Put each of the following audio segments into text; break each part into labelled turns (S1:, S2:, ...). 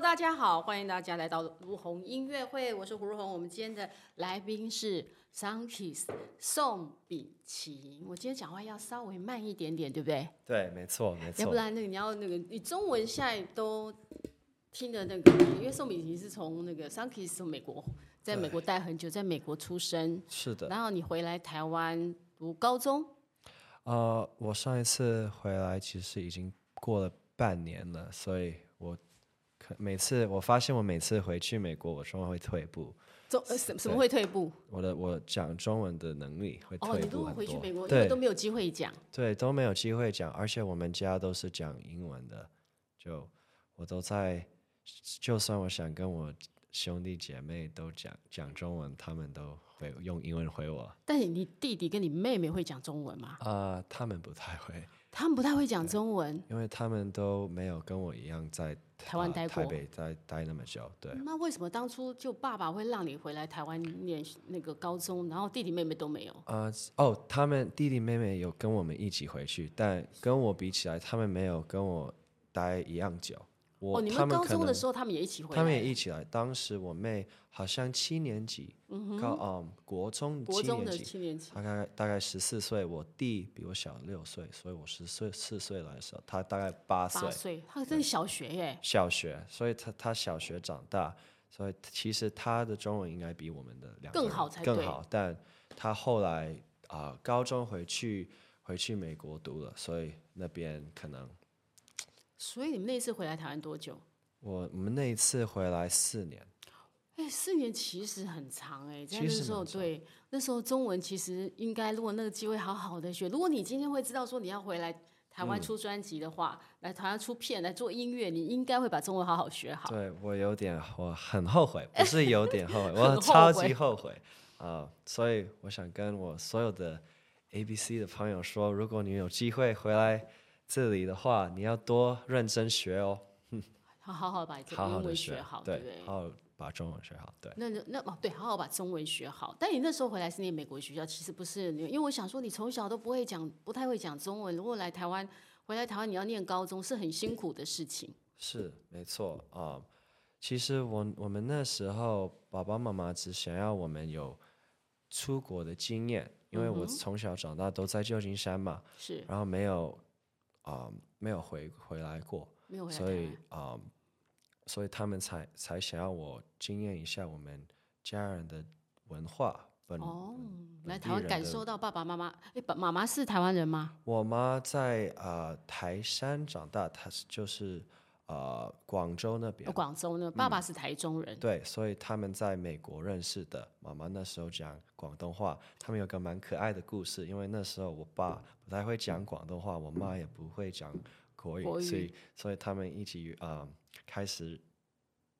S1: 大家好，欢迎大家来到如虹音乐会，我是胡如虹。我们今天的来宾是 Sunkiss 宋炳勤。我今天讲话要稍微慢一点点，对不对？
S2: 对，没错，没
S1: 要不
S2: 错。
S1: 然那个你要那个，你中文现在都听的那个，因为宋炳勤是从那个 Sunkiss 从美国，在美国待很久，在美国出生，
S2: 是的，
S1: 然后你回来台湾读高中，
S2: 呃，我上一次回来其实已经过了半年了，所以我可每次我发现我每次回去美国，我中文会退步，
S1: 中呃什什么会退步？
S2: 我的我讲中文的能力会
S1: 哦，
S2: 退
S1: 你如
S2: 步
S1: 果
S2: 很
S1: 回去
S2: 多。
S1: 美国，因为
S2: 对
S1: 都没有机会讲。
S2: 对，都没有机会讲，而且我们家都是讲英文的，就我都在，就算我想跟我兄弟姐妹都讲讲中文，他们都会用英文回我，
S1: 但是你弟弟跟你妹妹会讲中文吗？
S2: 啊，他们不太会。
S1: 他们不太会讲中文，
S2: 因为他们都没有跟我一样在
S1: 台湾
S2: 呃
S1: 待
S2: 台
S1: 过
S2: 北待待那么久，对，
S1: 那为什么当初就爸爸会让你回来台湾念那个高中，然后弟弟妹妹都没有？
S2: 啊、哦，他们弟弟妹妹有跟我们一起回去，但跟我比起来，他们没有跟我待一样久。我、
S1: 哦，你
S2: 他
S1: 们
S2: 们
S1: 高
S2: 可
S1: 中的
S2: 能
S1: 时候他们也一起回来，
S2: 他们也一起来。当时我妹好像七年级，高嗯国中
S1: 国
S2: 七
S1: 中
S2: 年
S1: 的
S2: 级，
S1: 七年级。
S2: 大概大概十四岁，我弟比我小六岁，所以我十岁四岁来的时候，他大概八岁
S1: 八。岁，他真的小学耶，
S2: 小学，所以他他小学长大，所以其实他的中文应该比我们的两个
S1: 更
S2: 人
S1: 好才
S2: 更
S1: 对
S2: 好，但他后来啊、高中回去回去美国读了，所以那边可能
S1: 所以你们那一次回来台湾多久？
S2: 我我们那一次回来四年，
S1: 哎，四年其实很长哎，在
S2: 其
S1: 那
S2: 实
S1: 时候
S2: 蛮长
S1: 对，那时候中文其实应该，如果那个机会好好的学，如果你今天会知道说你要回来台
S2: 嗯
S1: 湾出专辑的话，来台湾出片来做音乐，你应该会把中文好好学好。
S2: 对我有点我很后悔，不是有点 后悔，
S1: 很
S2: 我
S1: 后
S2: 超
S1: 悔
S2: 级后悔啊、所以我想跟我所有的 A B C 的朋友说，如果你有机会回来这里的话，你要多认真学哦。
S1: 好好好把这个
S2: 好好
S1: 英
S2: 的啊
S1: 文学好，
S2: 对，
S1: 不对？
S2: 好好把中文学好，对，
S1: 那就那哦，对，好好把中文学好。但你那时候回来是念美国学校，其实不是你，因为我想说你从小都不会讲，不太会讲中文。如果来台湾，回来台湾你要念高中是很辛苦的事情。
S2: 是没错啊、其实我我们那时候爸爸妈妈只想要我们有出国的经验，因为
S1: 嗯
S2: 我从小长大都在旧金山嘛，
S1: 是
S2: 然后没有啊、没有回回来过，
S1: 没有回来台
S2: 所以
S1: 湾。
S2: 啊、所以他们才才想要我经验一下我们家人的文化。本
S1: 哦，来
S2: 本
S1: 台
S2: 地
S1: 湾
S2: 人
S1: 感
S2: 的
S1: 受到爸爸妈妈，哎，爸妈妈是台湾人吗？
S2: 我妈在呃台山长大，她是就是呃广州那边
S1: 呃，广州呢，爸爸
S2: 嗯
S1: 是台中人。
S2: 对，所以他们在美国认识的。妈妈那时候讲广东话，他们有个蛮可爱的故事，因为那时候我
S1: 嗯
S2: 爸不太会讲广东话，我妈也不会讲国语，
S1: 国
S2: 所
S1: 语
S2: 以所以他们一起啊、呃开始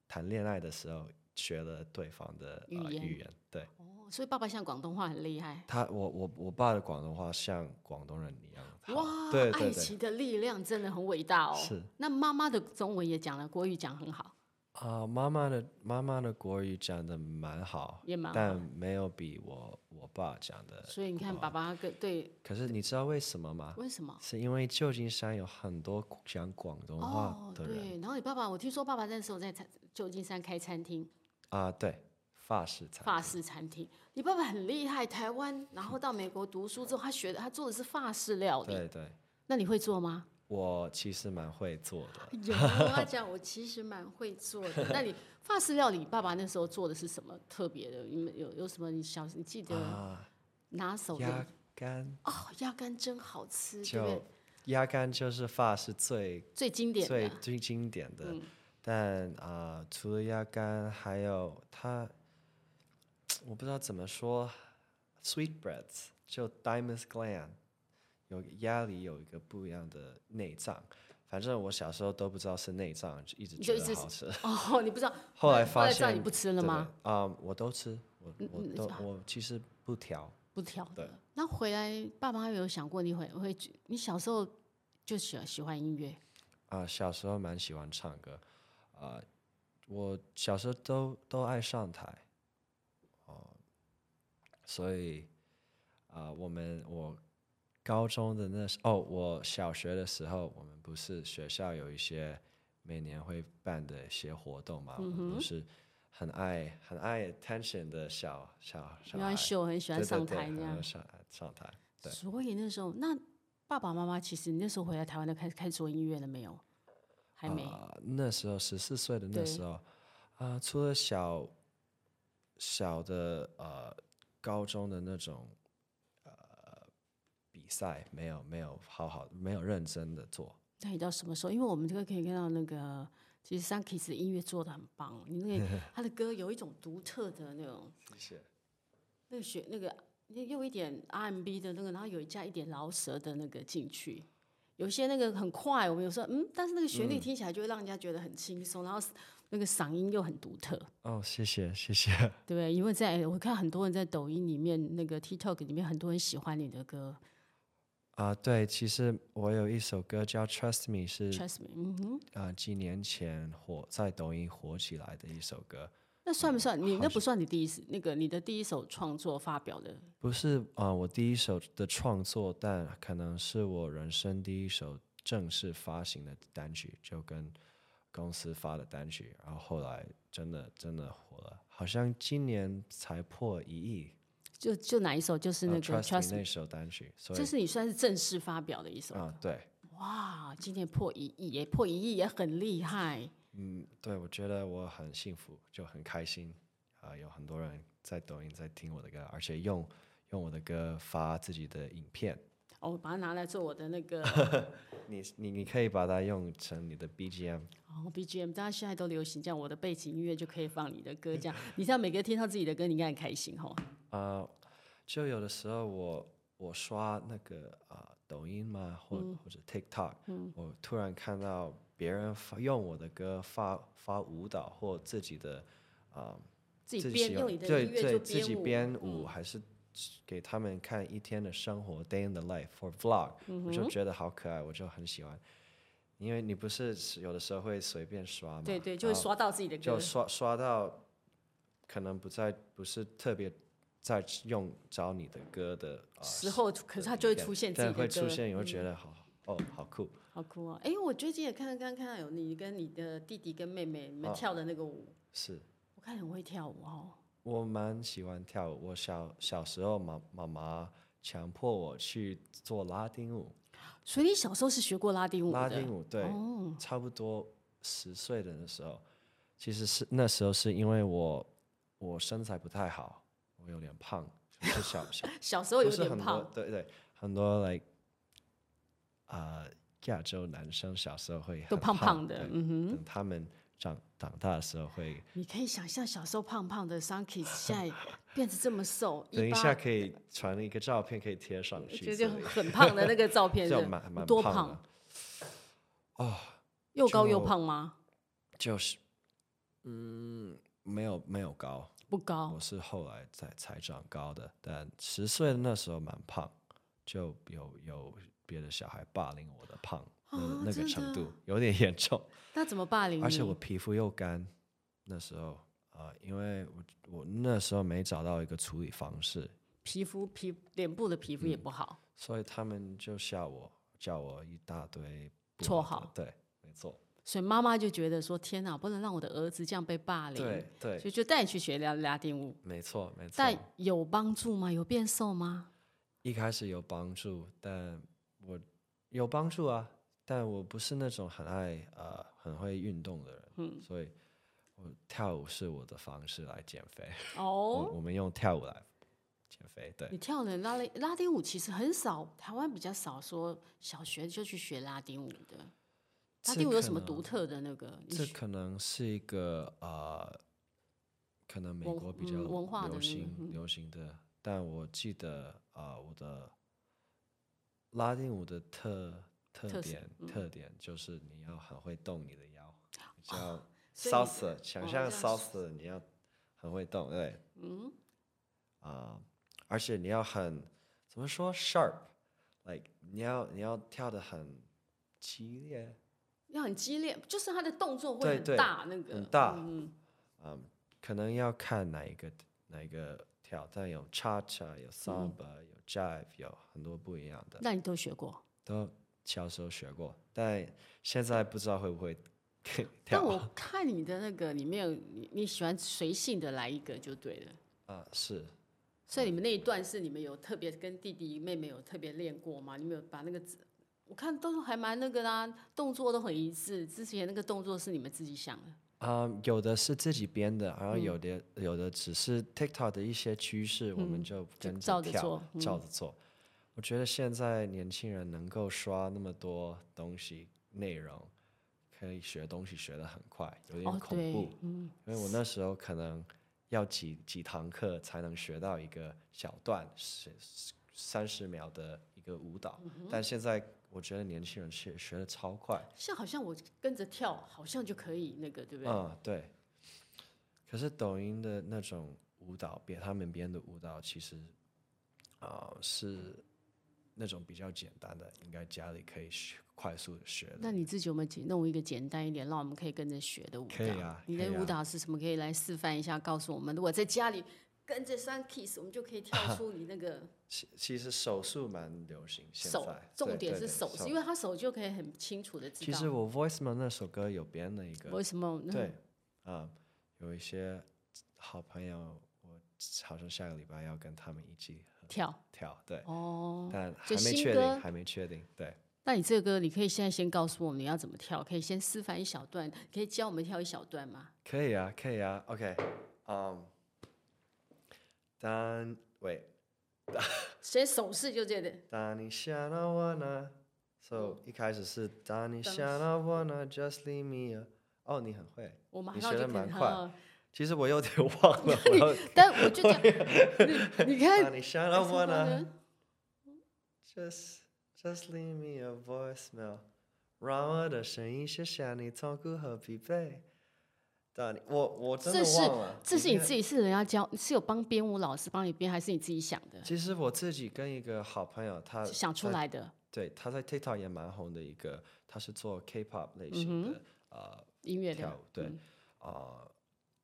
S2: 谈恋爱的时候学了对方的
S1: 语
S2: 呃
S1: 言
S2: 语言。对
S1: 哦，所以爸爸像广东话很厉害。
S2: 他，我我我爸的广东话像广东人一样好。
S1: 哇，
S2: 对
S1: 爱
S2: 对对。
S1: 情的力量真的很伟大哦。
S2: 是。
S1: 那妈妈的中文也讲了，国语讲很好。
S2: 啊，妈妈的妈妈的国语讲的蛮好，
S1: 也蛮好
S2: 但没有比我我爸讲的。
S1: 所以你看，爸爸跟对，
S2: 可是你知道为什么吗？
S1: 为什么？
S2: 是因为旧金山有很多讲广东话
S1: 哦，
S2: 的人
S1: 对。然后你爸爸，我听说爸爸那时候在餐旧金山开餐厅，
S2: 啊、对，法式餐
S1: 法式餐厅。你爸爸很厉害，台湾，然后到美国读书之后，他学的他做的是法式料理。
S2: 对对，
S1: 那你会做吗？
S2: 我其实蛮会做的。
S1: 有，他讲我其实蛮会做 的。那你法式料理，爸爸那时候做的是什么特别的？你们有有什么你小你记得
S2: 啊，
S1: 拿手的
S2: 鸭？肝
S1: 哦，鸭肝真好吃，对不对
S2: 就？鸭肝就是法式最
S1: 最经典
S2: 最
S1: 的嗯
S2: 最经典的，但啊、呃除了鸭肝，还有它，我不知道怎么说，sweetbreads 就 diamonds gland，有鸭里有一个不一样的内脏，反正我小时候都不知道是内脏，就一直
S1: 你
S2: 觉
S1: 就一直
S2: 得好吃。
S1: 哦，你不知道。
S2: 后来
S1: 那后
S2: 发
S1: 来知道
S2: 现
S1: 你不吃了
S2: 对
S1: 吗？？
S2: 啊、我都吃，我我
S1: 嗯
S2: 都我其实不挑，
S1: 不挑
S2: 对
S1: 的。那回来，爸妈有想过你会会，你小时候就喜欢喜欢音乐，
S2: 啊、小时候蛮喜欢唱歌，啊、我小时候都都爱上台，哦、所以啊、我们我高中的那时哦，我小学的时候，我们不是学校有一些每年会办的一些活动嘛，我
S1: 嗯
S2: 们都是很爱很爱 attention 的小小小
S1: 因
S2: 孩
S1: 为，秀很喜欢
S2: 对
S1: 上
S2: 对对，
S1: 台这
S2: 很
S1: 样
S2: 爱。上上台，对，
S1: 所以那时候，那爸爸妈妈其实你那时候回来台湾就开始开始做音乐了没有？还没。
S2: 啊那时候十四岁的那
S1: 对
S2: 时候，啊、除了小小的呃高中的那种呃比赛，没有没有好好没有认真的做，
S1: 那你到什么时候？因为我们这个可以看到那个，其实 Sunkis 的音乐做的很棒，你 那个他的歌有一种独特的那种，
S2: 谢谢。
S1: 那个学那个又又一点 R&B 的那个，然后有一加一点饶舌的那个进去。有些那个很快，我们有时候嗯，但是那个旋律听起来就会让人家觉得很轻松，然后那个嗓音又很独特。
S2: 哦，谢谢谢谢。
S1: 对不对？因为在我看很多人在抖音里面、那个 TikTok 里面，很多人喜欢你的歌
S2: 啊、对，其实我有一首歌叫《Trust Me》，是
S1: ，Trust me，嗯哼，
S2: 啊、呃几年前火在抖音火起来的一首歌，
S1: 那算不算你
S2: 嗯好
S1: 那不算你第一次那个你的第一首创作发表的？
S2: 不是啊、呃我第一首的创作，但可能是我人生第一首正式发行的单曲，就跟公司发的单曲，然后后来真的真的火了，好像今年才破一亿。
S1: 就就哪一首？就是那
S2: 呃
S1: 个
S2: Trust
S1: Trust me，
S2: Me 那首单曲，所以
S1: 这是你算是正式发表的一首。
S2: 啊、对，
S1: 哇，今天破一亿耶，破一亿也很厉害。
S2: 嗯，对，我觉得我很幸福，就很开心啊、有很多人在抖音在听我的歌，而且用用我的歌发自己的影片。
S1: 哦，我把它拿来做我的那个
S2: 嗯你你你可以把它用成你的 BGM，
S1: 哦 BGM，大家现在都流行这样，我的背景音乐就可以放你的歌，这样你这样每个人听到自己的歌，你应该很开心哦。
S2: 啊，就有的时候我我刷那个啊、抖音嘛，或、
S1: 嗯
S2: 或者 TikTok，、我突然看到别人发用我的歌发发舞蹈或自己的啊、
S1: 自己
S2: 喜
S1: 编
S2: 欢
S1: 用你的
S2: 对
S1: 音乐
S2: 对
S1: 就
S2: 自己
S1: 舞，嗯
S2: 编舞，还是给他们看一天的生活 day in the life or vlog，、我
S1: 嗯
S2: 就觉得好可爱，我就很喜欢。因为你不是有的时候会随便刷嘛，
S1: 对对，就会
S2: 然后
S1: 刷到自己的歌
S2: 就。刷刷到，可能不在不是特别在用找你的歌的、呃、
S1: 时候，可是它就会出现自己
S2: 但
S1: 的嗯歌，
S2: 会出现，你会觉得好、哦，好酷
S1: 好酷啊！哎，我最近也看到，刚刚看到有你跟你的弟弟跟妹妹你
S2: 啊
S1: 们跳的那个舞，
S2: 是。
S1: 我看很会跳舞哦。
S2: 我蛮喜欢跳舞，我小小时候妈妈妈强迫我去做拉丁舞，
S1: 所以你小时候是学过拉丁舞的，
S2: 拉丁舞对，
S1: 哦，
S2: 差不多十岁的那时候，其实是那时候是因为我我身材不太好，我有点胖，就是小 小
S1: 小时候有
S2: 不是
S1: 点
S2: 很多
S1: 胖，，
S2: 对对，很多 like 啊、亚洲男生小时候会
S1: 都
S2: 很
S1: 胖
S2: 胖
S1: 胖的
S2: 对
S1: 嗯
S2: 等他们长长大的时候会，
S1: 你可以想象小时候胖胖的 Sunky 现在变成这么瘦，
S2: 等一
S1: 八
S2: 下可以传一个照片，可以贴上去
S1: 就
S2: 之
S1: 就
S2: 类的，
S1: 很胖的那个照 片，
S2: 就是蛮蛮
S1: 多
S2: 胖的
S1: 胖，，又高又
S2: 就
S1: 胖吗？
S2: 就是嗯，没有没有高，
S1: 不高
S2: 我，是后来才才长高的，但十岁的那时候蛮胖，就有有别的小孩霸凌我的胖，那
S1: 啊
S2: 那
S1: 真的
S2: 个
S1: 哎
S2: 程度有点严重。
S1: 那怎么霸凌你？
S2: 而且我皮肤又干，那时候啊、呃因为我我那时候没找到一个处理方式，
S1: 皮肤皮脸部的皮肤也
S2: 嗯
S1: 不好，
S2: 所以他们就笑我，叫我一大堆不
S1: 绰
S2: 好的
S1: 号
S2: 对，没错，
S1: 所以妈妈就觉得说：“天哪，不能让我的儿子这样被霸凌。”
S2: 对
S1: 所以
S2: 对，
S1: 就带你去学拉拉丁舞。
S2: 没错没错。
S1: 但有帮助吗？有变瘦吗？
S2: 一开始有帮助，但我有帮助啊，但我不是那种很爱呃很会运动的人，嗯，所以我跳舞是我的方式来减肥，
S1: 哦，
S2: 我我们用跳舞来减肥，对。
S1: 你跳的拉蕾拉丁舞其实很少，台湾比较少说小学就去学拉丁舞的。拉
S2: 这
S1: 丁舞有
S2: 可
S1: 什么
S2: 能
S1: 独特的那个？你
S2: 这
S1: 学
S2: 可能是一个呃，可能美
S1: 文
S2: 国比
S1: 嗯
S2: 较
S1: 文化的那个
S2: 流
S1: 嗯
S2: 行、流行的，但我记得啊、呃我的拉丁舞的特
S1: 特色嗯
S2: 特点特点就是你要很会动你的腰，叫
S1: 哦所以你
S2: salsa，想
S1: 哦
S2: 象
S1: 这样子
S2: salsa 你要很会动，对，嗯，啊、而且你要很怎么说 sharp，like 你要你要跳的很激烈。
S1: 要很激烈，就是他的动作会
S2: 对
S1: 很
S2: 对
S1: 大，那个
S2: 很大
S1: 嗯，
S2: 可能要看哪一个哪一个跳，但有 cha cha，有
S1: 嗯
S2: samba，、有 jive，有很多不一样的，
S1: 那你都学过？
S2: 都小时候学过，但现在不知道会不会对，
S1: 但
S2: 跳
S1: 我看你的那个里面，你你喜欢随性的来一个就对了。
S2: 啊是
S1: 所以你们那一段是你们有特别跟弟弟妹妹有特别练过吗？你们有把那个字，我看都还蛮那个啦、动作都很一致。之前那个动作是你们自己想的，
S2: 啊、有的是自己编的，然后
S1: 嗯
S2: 有的、有的只是 TikTok 的一些趋势，我们就跟
S1: 嗯照着
S2: 跳，
S1: 做嗯
S2: 照着做。我觉得现在年轻人能够刷那么多东西内容，可以学东西学得很快，有点
S1: 哦
S2: 恐
S1: 对
S2: 怖。因为我那时候可能要几几堂课才能学到一个小段是三十秒的一个舞蹈，
S1: 嗯
S2: 但现在我觉得年轻人学学的超快。
S1: 像好像我跟着跳，好像就可以那个，对不对？
S2: 嗯，对。可是抖音的那种舞蹈编，他们编的舞蹈其实啊、是那种比较简单的，应该家里可以学快速的学的。
S1: 那你自己有没有简弄一个简单一点，让我们可以跟着学的舞蹈？
S2: 可以啊
S1: 你
S2: 可
S1: 的
S2: 以啊
S1: 舞蹈是什么？可以来示范一下，告诉我们。如果在家里跟着三 kiss，我们就可以跳出你那个
S2: 其其实手速蛮流行，现
S1: 手
S2: 在，
S1: 重
S2: 对
S1: 点
S2: 对
S1: 是
S2: 对
S1: 手势，因为他手就可以很清楚的知
S2: 其
S1: 道
S2: 实我 Voiceman 那首歌有编了一个，
S1: 为什么
S2: 对，
S1: 嗯
S2: 啊、有一些好朋友，我好像下个礼拜要跟他们一起合
S1: 跳。
S2: 跳，对，
S1: 哦，
S2: 但还
S1: 就
S2: 没
S1: 新
S2: 确
S1: 歌
S2: 定，还没确定，对。
S1: 那你这个歌你可以现在先告诉我们你要怎么跳，可以先示范一小段，可以教我们跳一小段吗？
S2: 可以啊，可以啊。OK，嗯、当喂，
S1: 先手势就这样的，
S2: 当你想到我呢，so 一开始是当你想到我呢，just leave me a。哦，你很会，
S1: 我马
S2: 你
S1: 上
S2: 学
S1: 就可
S2: 得
S1: 以
S2: 蛮
S1: 跳
S2: 快
S1: 了。
S2: 其实我有点忘 了。我要
S1: 但我就这 样，你你看，
S2: 当你想到我呢，just just leave me a voicemail，让我的声音写下你痛苦和疲惫。当你我我真的
S1: 这是
S2: 忘了，
S1: 这是你
S2: 看
S1: 自己是人家教，是有帮编舞老师帮你编，还是你自己想的？
S2: 其实我自己跟一个好朋友，他
S1: 想出
S2: 他
S1: 来的
S2: 对，他在 TikTok 也蛮红的一个，他是做 K-pop
S1: 嗯
S2: 类型的、呃
S1: 音乐
S2: 跳
S1: 的，嗯
S2: 舞，对，啊、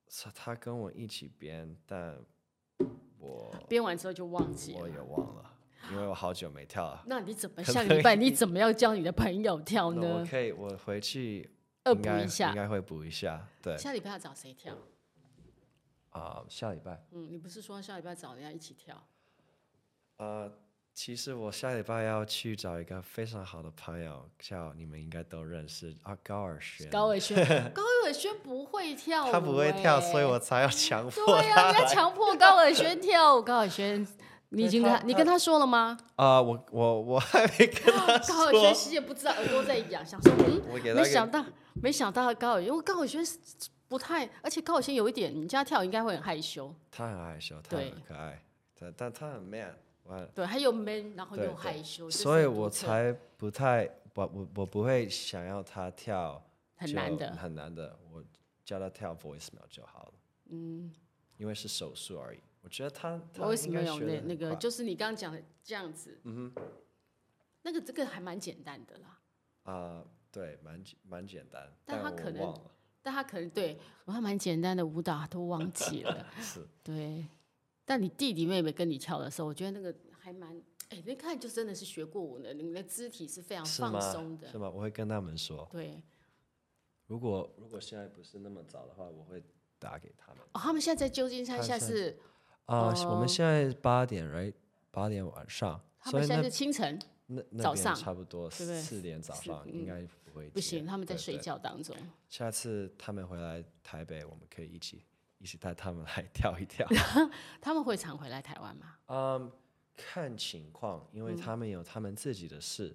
S2: 是他跟我一起编，但我
S1: 编完之后就忘记
S2: 我
S1: 了。
S2: 也忘了，因为我好久没跳了。
S1: 那你怎么
S2: 可
S1: 下个礼拜你怎么要教你的朋友跳
S2: 那我
S1: 呢？
S2: 可以，我回去
S1: 恶
S2: 应
S1: 补
S2: 该
S1: 一下
S2: 应该会补一下，对
S1: 下礼拜要找谁跳？
S2: 啊、下礼拜
S1: 嗯，你不是说下礼拜找人家一起跳？
S2: 呃，其实我下礼拜要去找一个非常好的朋友，叫你们应该都认识啊，高尔轩。
S1: 高伟 轩，高伟轩不会跳舞、
S2: 他不会跳，所以
S1: 哎
S2: 我才要强 迫
S1: 对呀、啊
S2: 他
S1: 你要
S2: 来
S1: 强迫高伟轩跳舞。高伟轩，你已
S2: 对
S1: 经
S2: 他
S1: 跟他你跟他说了吗？
S2: 啊、我我我还没跟他
S1: 高伟轩
S2: 说，
S1: 其实也不知道，耳朵在痒，想说嗯，
S2: 我 给他
S1: 没
S2: 一
S1: 想
S2: 个
S1: 到没想到高伟，因为高伟轩是不太，而且高伟轩有一点，你家跳应该会很害羞，
S2: 他很害羞，他
S1: 对
S2: 很可爱，但但他很 man，我很
S1: 对，还有 man，然后
S2: 对
S1: 又
S2: 对
S1: 害羞，这
S2: 所以
S1: 是很独
S2: 我
S1: 特
S2: 才不太我我我不会想要他跳
S1: 很
S2: 就
S1: 难的。
S2: 很难的，我叫他跳 voicemail 就好了，嗯，因为是手术而已，我觉得他他
S1: 我为什
S2: 应
S1: 么
S2: 该
S1: 有
S2: 学得
S1: 那
S2: 很
S1: 那个？
S2: 快
S1: 就是你刚刚讲的这样子，嗯那个这个还蛮简单的啦。
S2: 啊、对，蛮简蛮简单，
S1: 但他
S2: 我
S1: 可能
S2: 忘了
S1: 但他可能对我还蛮简单的舞蹈都忘记了。
S2: 是
S1: 对，但你弟弟妹妹跟你跳的时候，我觉得那个还蛮，哎，那看就真的是学过舞的，你的肢体是非常
S2: 是
S1: 啊放松
S2: 吗？
S1: 的
S2: 是。吗？我会跟他们说。
S1: 对，
S2: 如果如果现在不是那么早的话，我会打给他们。
S1: 哦，他们现在在旧金山，
S2: 他
S1: 现在
S2: 现在
S1: 是哦
S2: 啊、我们现在八点，right？八点晚上，
S1: 他
S2: 所
S1: 们
S2: 以
S1: 现在
S2: 那
S1: 是清晨，
S2: 那那
S1: 早
S2: 边
S1: 上
S2: 差不多
S1: 对不对
S2: 四点早
S1: 四嗯
S2: 上应该不会
S1: 不
S2: 接
S1: 行，他们在
S2: 对
S1: 睡
S2: 对
S1: 觉当中。
S2: 下次他们回来台北，我们可以一起一起带他们来 跳一跳。
S1: 他们会常回来台湾吗？
S2: 嗯，看情况，因
S1: 嗯
S2: 为他们有他们自己的事。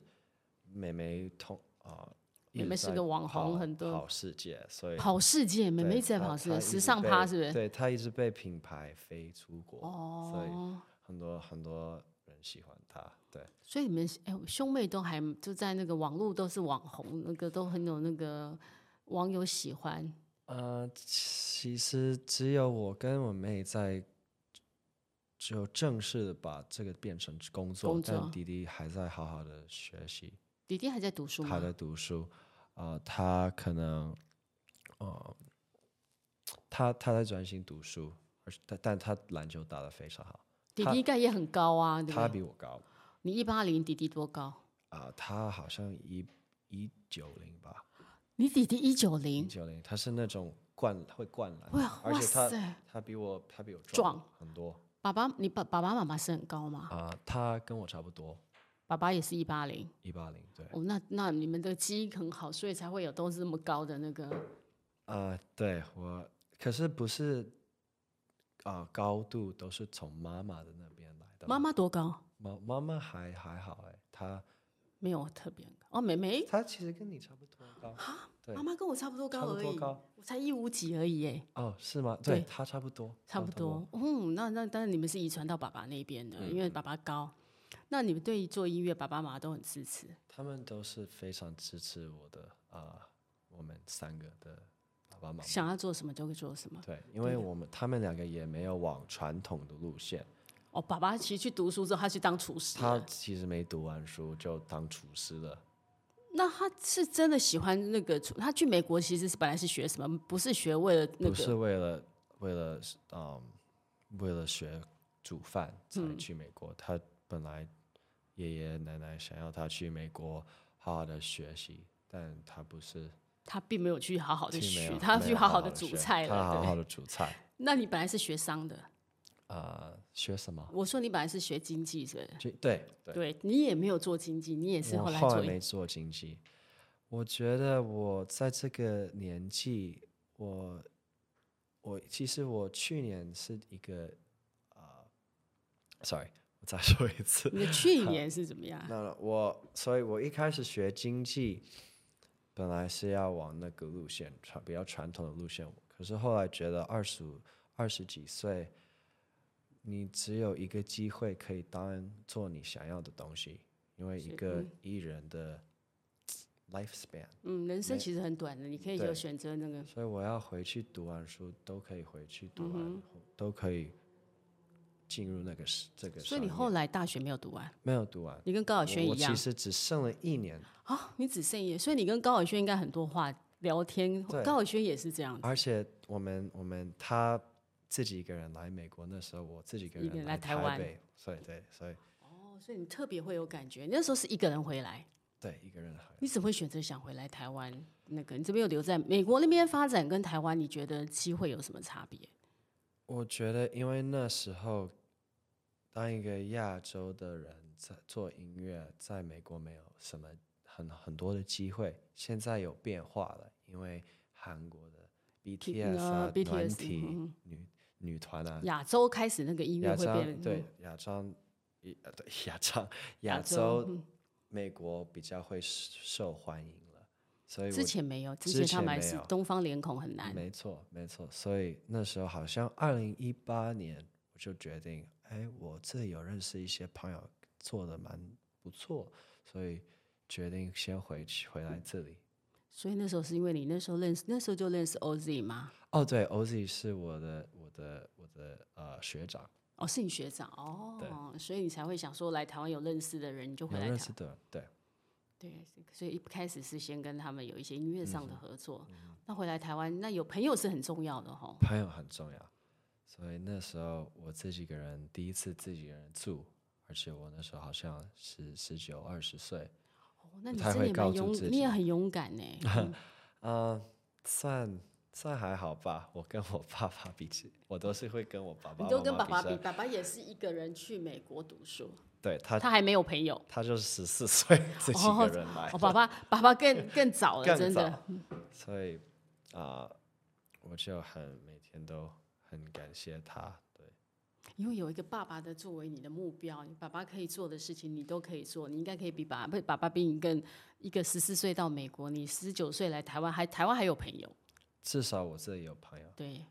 S2: 美眉通啊，一
S1: 妹
S2: 直
S1: 妹是
S2: 在
S1: 个网
S2: 跑
S1: 红很多
S2: 跑世界，所以
S1: 跑世界，妹
S2: 对
S1: 妹一直在
S2: 她
S1: 跑世
S2: 她
S1: 界，
S2: 一
S1: 时
S2: 直
S1: 尚
S2: 被
S1: 趴是不是？
S2: 对，她一直被品牌飞出国，所以
S1: 哦，
S2: 很多很多人喜欢她。对，
S1: 所以你们哎兄妹都还就在那个网络都是网红，那个都很有那个网友喜欢。
S2: 呃，其实只有我跟我妹在，就正式的把这个变成工作，
S1: 工作
S2: 但弟弟还在好好的学习，
S1: 弟弟还在读书吗？
S2: 还在读书，啊、他可能，呃，他他在专心读书，而且但但他篮球打得非常好，
S1: 弟弟应该也很高啊，对不
S2: 他
S1: 对？
S2: 比我高，呃
S1: 你一八零，弟弟多高？
S2: 啊、他好像一一九零吧，
S1: 你弟弟一九零
S2: 零，九零，他是那种灌会灌篮的
S1: 哇，
S2: 而
S1: 哇
S2: 且他
S1: 塞！
S2: 他比我他比我
S1: 壮
S2: 很多
S1: 爸爸，你爸爸爸妈妈是很高吗？
S2: 啊、他跟我差不多
S1: 爸爸也是一八零，
S2: 一八零，对，
S1: 哦，那那你们的基因很好，所以才会有都是这么高的那个。
S2: 啊，对我可是不是啊、高度都是从妈妈的那边来的，
S1: 妈妈多高？
S2: 妈妈妈还还好哎，她
S1: 没有特别高哦，没没，
S2: 她其实跟你差不多高对
S1: 妈妈跟我差不多
S2: 差
S1: 高
S2: 不
S1: 而
S2: 多
S1: 已，
S2: 高
S1: 我才一五几而已，哎，
S2: 哦，是吗？对，
S1: 对
S2: 她差不多，嗯
S1: 差
S2: 她
S1: 不多。嗯，那那但是你们是遗传到爸爸那边的，因为爸爸高。那你们对于做音乐，爸爸妈妈都很支持。
S2: 他们都是非常支持我的啊、我们三个的爸爸妈妈。
S1: 想要做什么就会做什么。
S2: 对，因为我们他们两个也没有往传统的路线，
S1: 哦，爸爸其实去读书之后，他去当厨师
S2: 他
S1: 了。
S2: 其实没读完书就当厨师了。
S1: 那他是真的喜欢那个厨，他去美国其实是本来是学什么，不是学为了那
S2: 不是
S1: 个。
S2: 为了为了嗯，为了学煮饭才
S1: 嗯
S2: 去美国。他本来爷爷奶奶想要他去美国好好的学习，但他不是
S1: 他并没有去好好的
S2: 并
S1: 哦
S2: 没
S1: 学
S2: 有，
S1: 他
S2: 没
S1: 去
S2: 有
S1: 好
S2: 好
S1: 的
S2: 地
S1: 煮
S2: 学
S1: 菜
S2: 他
S1: 了。
S2: 好
S1: 对，
S2: 好的煮菜
S1: 那你本来是学商的，
S2: 啊、学什么？
S1: 我说你本来是学经济是不是？
S2: 就对对，
S1: 对你也没有做经济，你也是
S2: 我
S1: 来
S2: 后
S1: 做
S2: 来没做经济。我觉得我在这个年纪，我我其实我去年是一个啊、s o r r y 我再说一次，
S1: 你的去 年是怎么样？
S2: 那我，所以我一开始学经济，本来是要往那个路线传比较传统的路线，可是后来觉得二十二十几岁，你只有一个机会可以当做你想要的东西，因为一个艺人的 lifespan，
S1: 嗯，人生其实很短的，你可以就
S2: 对
S1: 选择那个。
S2: 所以我要回去读完书，都可以回去读
S1: 嗯
S2: 完，都可以进入那个时这个
S1: 所
S2: 商
S1: 以
S2: 业。
S1: 你后来大学没有读完，
S2: 没有读完，
S1: 你跟高
S2: 我
S1: 晓轩
S2: 我
S1: 一样
S2: 其实只剩了一年。
S1: 啊、你只剩一，所以你跟高晓轩应该很多话聊天。
S2: 对
S1: 高晓轩也是这样子，
S2: 而且我们我们他自己一个人来美国，那时候我自己一个
S1: 一个人
S2: 人
S1: 来台
S2: 台
S1: 湾
S2: 北，所以对，所以
S1: 哦，所以你特别会有感觉。你那时候是一个人回来，
S2: 对一个人来。
S1: 你怎么会选择想回来台湾？那个你这边有留在美国那边发展，跟台湾你觉得机会有什么差别？
S2: 我觉得，因为那时候当一个亚洲的人在做音乐，在美国没有什么很很多的机会，现在有变化了，因为韩国的 BTS 啊、
S1: BTS
S2: 团体、
S1: 嗯
S2: 女女团啊，
S1: 亚洲开始那个音乐
S2: 亚
S1: 会
S2: 洲
S1: 变嗯
S2: 对亚洲，一呃对 亚洲
S1: 亚嗯
S2: 亚
S1: 洲
S2: 洲，美国比较会受欢迎了，所以
S1: 嗯之
S2: 我
S1: 前没有，之前
S2: 之
S1: 他
S2: 前
S1: 们还
S2: 没
S1: 是
S2: 有
S1: 东方脸孔很难。
S2: 没错没错，所以那时候好像二零一八年我就决定，哎，我这里有认识一些朋友做的蛮不错，所以决定先回去回来这里。
S1: 嗯所以那时候是因为你那时候认识，那时候就认识 OZ 吗？
S2: 哦，对，OZ 是我的我的我的呃学长，
S1: 哦，是你学长哦，所以你才会想说来台湾有认识的人，你就
S2: 有
S1: 回来
S2: 认
S1: 台
S2: 识的人，对。
S1: 对，所以一开始是先跟他们有一些音乐上
S2: 嗯
S1: 的合作。那回来台湾，那有朋友是很重要的吼。
S2: 朋友很重要，所以那时候我自己一个人，第一次自己一个人住，而且我那时候好像十十九二十岁，
S1: 哦那你
S2: 不太
S1: 真的
S2: 会
S1: 也
S2: 告
S1: 蛮
S2: 诉
S1: 勇，
S2: 自
S1: 你也
S2: 己
S1: 很勇敢呢、 嗯
S2: 嗯、算算还好吧。我跟我爸爸比起，我都是会跟我爸爸
S1: 你都跟
S2: 妈
S1: 爸
S2: 妈
S1: 爸
S2: 较
S1: 比，爸爸也是一个人去美国读书，
S2: 对他
S1: 他还没有朋友。
S2: 他就是十四岁自己一个人来，
S1: 哦，爸哦爸，爸爸更更早了，
S2: 哎更
S1: 真的
S2: 早。所以啊、我就很每天都很感谢他。对，
S1: 因为有一个爸爸的作为你的目标，你爸爸可以做的事情你都可以做，你应该可以比爸爸不是爸爸比你更一个十四岁到美国，你十九岁来台湾还台湾还有朋友，
S2: 至少我这里有朋友。
S1: 对，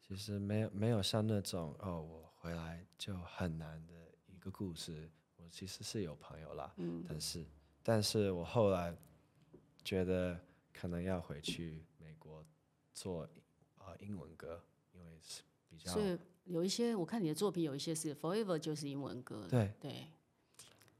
S2: 其实没有没有像那种哦，我回来就很难的一个故事。我其实是有朋友啦，但是但是我后来觉得可能要回去美国做呃英文歌，因为是比较
S1: 所以有一些我看你的作品有一些是 Forever 就是英文歌，
S2: 对。
S1: 对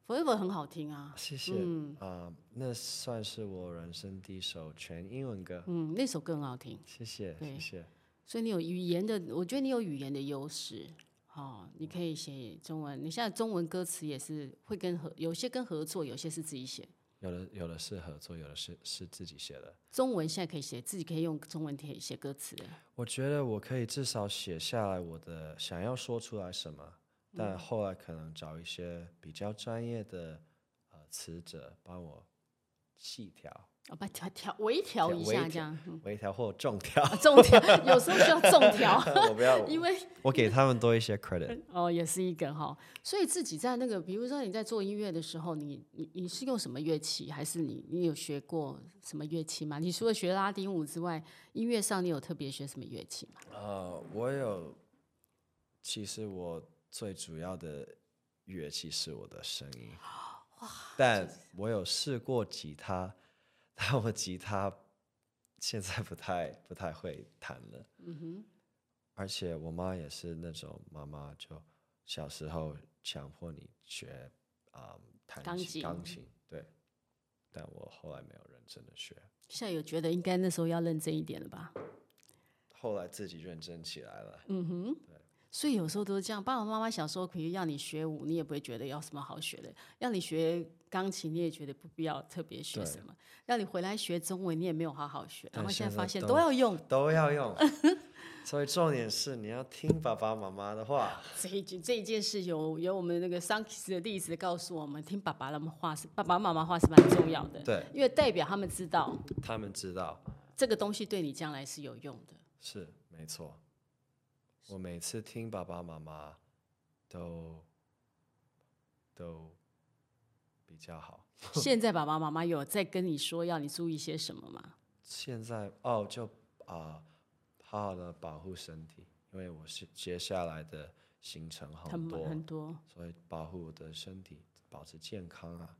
S1: ，Forever 很好听啊，
S2: 谢谢啊、那算是我人生第一首全英文歌。
S1: 嗯，那首歌很好听，
S2: 谢谢
S1: 对
S2: 谢谢，
S1: 所以你有语言的，我觉得你有语言的优势。哦，你可以写中文，你现在中文歌词也是会跟合，有些跟合作，有些是自己写。
S2: 有的有的是合作，有的是是自己写的。
S1: 中文现在可以写，自己可以用中文写写歌词了。
S2: 我觉得我可以至少写下来我的想要说出来什么，
S1: 嗯
S2: 但后来可能找一些比较专业的呃词者帮我细调、
S1: 哦，把调调微调一
S2: 微
S1: 下
S2: 调
S1: 这样，
S2: 微调或重调。，
S1: 啊重调 有时候需要重调
S2: 我不要，
S1: 因为
S2: 我给他们多一些 credit。
S1: 哦也是一个哈。所以自己在那个，比如说你在做音乐的时候，你你你是用什么乐器，还是你你有学过什么乐器吗？你除了学拉丁舞之外，音乐上你有特别学什么乐器吗？
S2: 呃，我有，其实我最主要的乐器是我的声音，但我有试过吉他，但我吉他现在不太不太会弹了。嗯哼，而且我妈也是那种妈妈，就小时候强迫你学啊、弹
S1: 钢
S2: 琴
S1: 琴
S2: 钢琴，对，但我后来没有认真的学，
S1: 现在有觉得应该那时候要认真一点了吧？
S2: 后来自己认真起来了。
S1: 所以有时候都是这样，爸爸妈妈小时候可以让你学舞，你也不会觉得有什么好学的；让你学钢琴，你也觉得不必要特别学什么；让你回来学中文，你也没有好好学。
S2: 对
S1: 然后现在
S2: 现在
S1: 发现
S2: 都
S1: 都要用，
S2: 都要用。 所以重点是你要听爸爸妈妈的话。
S1: 这一件这一件事有有我们那个 Sunkis 的例子告诉我们，听爸爸的话是爸爸妈妈话是蛮重要的，
S2: 对，
S1: 因为代表他们知道
S2: 他们知道
S1: 这个东西对你将来是有用 的。
S2: 是没错。我每次听爸爸妈妈都都比较好。
S1: 现在爸爸妈妈有在跟你说要你注意些什么吗？
S2: 现在哦，就啊、好好的保护身体，因为我是接下来的行程很
S1: 很
S2: 多，
S1: 很多，
S2: 所以保护我的身体，保持健康啊，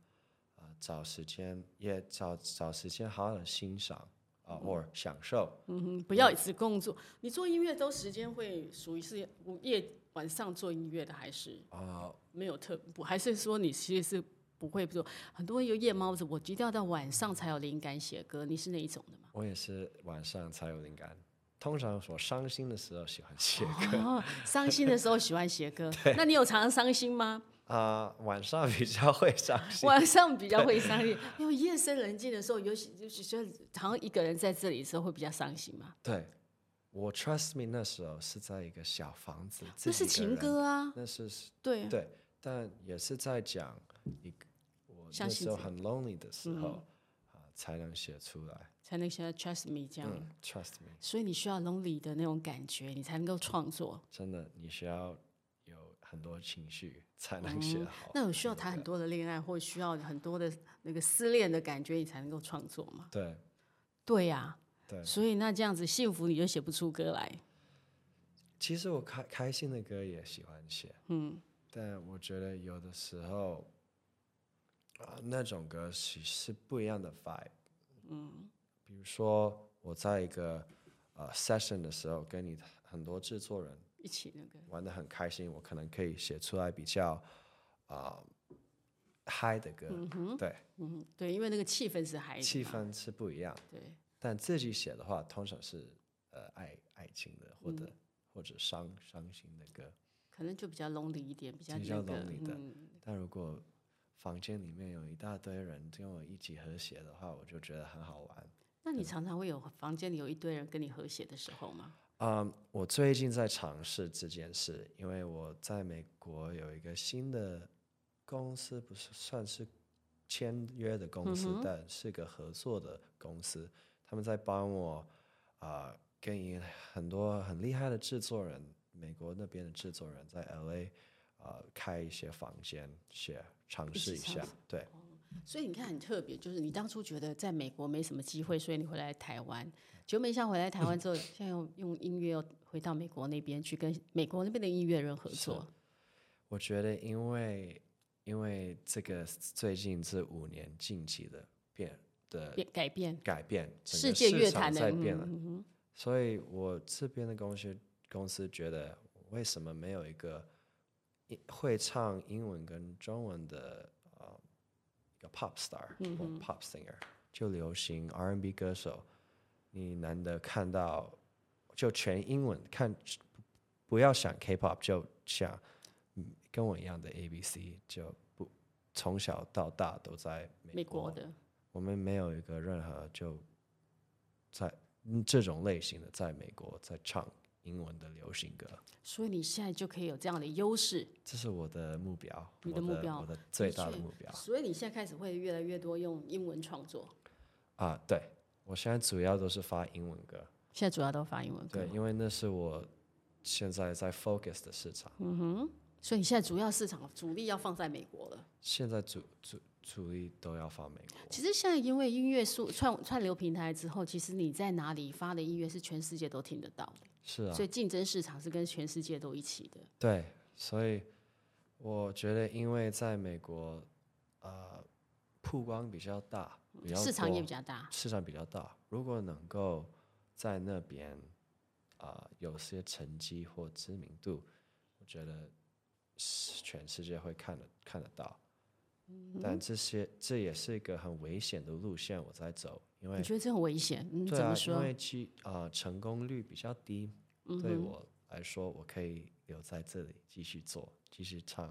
S2: 啊、找时间也找找时间好好的欣赏啊，或、者享受。
S1: 嗯哼，不要只工作。你做音乐都时间会属于是午夜晚上做音乐的，还是
S2: 啊、
S1: 没有特不？还是说你其实是不会做？很多有夜猫子，我一定要到晚上才有灵感写歌，你是哪一种 的吗？
S2: 我也是晚上才有灵感。通常我伤心的时候喜欢写 歌
S1: 哦，伤心的时候喜欢写歌，那你有常常伤心吗？
S2: 啊、晚上比较会伤心。
S1: 晚上比较会伤心，因为夜深人静的时候，尤其尤其是好像一个人在这里的时候会比较伤心嘛。
S2: 对，我 Trust Me 那时候是在一个小房子，
S1: 这
S2: 自己
S1: 是
S2: 一个
S1: 情
S2: 人，
S1: 歌啊，
S2: 那是
S1: 对，
S2: 对，但也是在讲一个我
S1: 相
S2: 那
S1: 信
S2: 时候
S1: 自
S2: 很 lonely 的时候啊、才能写出来。
S1: 才能写到 trust me 这样。
S2: 嗯，Trust me，
S1: 所以你需要 lonely 的那种感觉，你才能够创作。
S2: 真的你需要有很多情绪才能写好。
S1: 哦那有需要谈很多的恋爱，或需要很多的那个失恋的感觉，你才能够创作吗？
S2: 对
S1: 对呀、
S2: 对，
S1: 所以那这样子幸福你就写不出歌来。
S2: 其实我开开心的歌也喜欢写，
S1: 嗯，
S2: 但我觉得有的时候啊、那种歌是是不一样的 vibe。嗯，比如说我在一个呃 session 的时候，跟你很多制作人
S1: 一起那个
S2: 玩的很开心，我可能可以写出来比较啊、嗨的歌，对，
S1: 嗯，对，因为那个气氛是孩子
S2: 气
S1: 嘛
S2: 氛是不一样。
S1: 对，
S2: 但自己写的话，通常是呃爱爱情的，或者、或者伤伤心的歌。
S1: 可能就比较 lonely 一点，比较
S2: 比较
S1: 那个
S2: lonely 的
S1: 嗯，
S2: 但如果房间里面有一大堆人跟我一起和谐的话，我就觉得很好玩。
S1: 那你常常会有房间里有一堆人跟你和谐的时候吗？
S2: 嗯，我最近在尝试这件事，因为我在美国有一个新的公司，不是算是签约的公
S1: 嗯
S2: 司，但是个合作的公司，他们在帮我啊、呃跟一很多很厉害的制作人，美国那边的制作人在 LA 啊、呃开一些房间，写尝
S1: 一
S2: 试
S1: 起尝
S2: 一下
S1: 试，哦
S2: 对，
S1: 所以你看很特别，就是你当初觉得在美国没什么机会，所以你回来台湾，结果没想到回来台湾之后，现在又用音乐又回到美国那边去跟美国那边的音乐人合作。
S2: 我觉得因为因为这个最近这五年近期的变的
S1: 变改变
S2: 改变，整
S1: 世
S2: 个
S1: 界
S2: 市
S1: 乐
S2: 场
S1: 坛的
S2: 在
S1: 嗯
S2: 变了，
S1: 嗯嗯
S2: 所以我这边的公司公司觉得，为什么没有一个一会唱英文跟中文的呃一个 pop star
S1: 嗯
S2: 或 pop singer，、就流行 R&B 歌手，你难得看到就全英文看，不要想 K-pop，就想嗯跟我一样的 A B C，就不从小到大都在
S1: 美国的，
S2: 我们没有一个任何就在嗯这种类型的在美国在唱英文的流行歌，
S1: 所以你现在就可以有这样的优势。
S2: 这是我的目标，
S1: 你
S2: 我
S1: 的目标
S2: 我的最大的
S1: 确
S2: 目标
S1: 所以你现在开始会越来越多用英文创作，
S2: 啊！对我现在主要都是发英文歌，
S1: 现在主要都发英文歌
S2: 对，。因为那是我现在在 focus 的市场，
S1: 嗯所以你现在主要市场主力要放在美国了。
S2: 现在主主主力都要发美国。
S1: 其实现在因为音乐数串串流平台之后，其实你在哪里发的音乐是全世界都听得到的，
S2: 是啊，
S1: 所以竞争市场是跟全世界都一起的。
S2: 对，所以我觉得，因为在美国，呃，曝光比较大，比较
S1: 市场也比
S2: 较
S1: 较大，
S2: 市场比较大。如果能够在那边啊、呃有些成绩或知名度，我觉得是全世界会看得看得到。
S1: 嗯
S2: 但这些这也是一个很危险的路线，我在走，因为
S1: 你觉得这很危险？嗯，
S2: 对
S1: 怎
S2: 啊
S1: 么，说
S2: 因？为其啊、呃成功率比较低，
S1: 嗯
S2: 对我来说，我可以留在这里继续做，继续唱，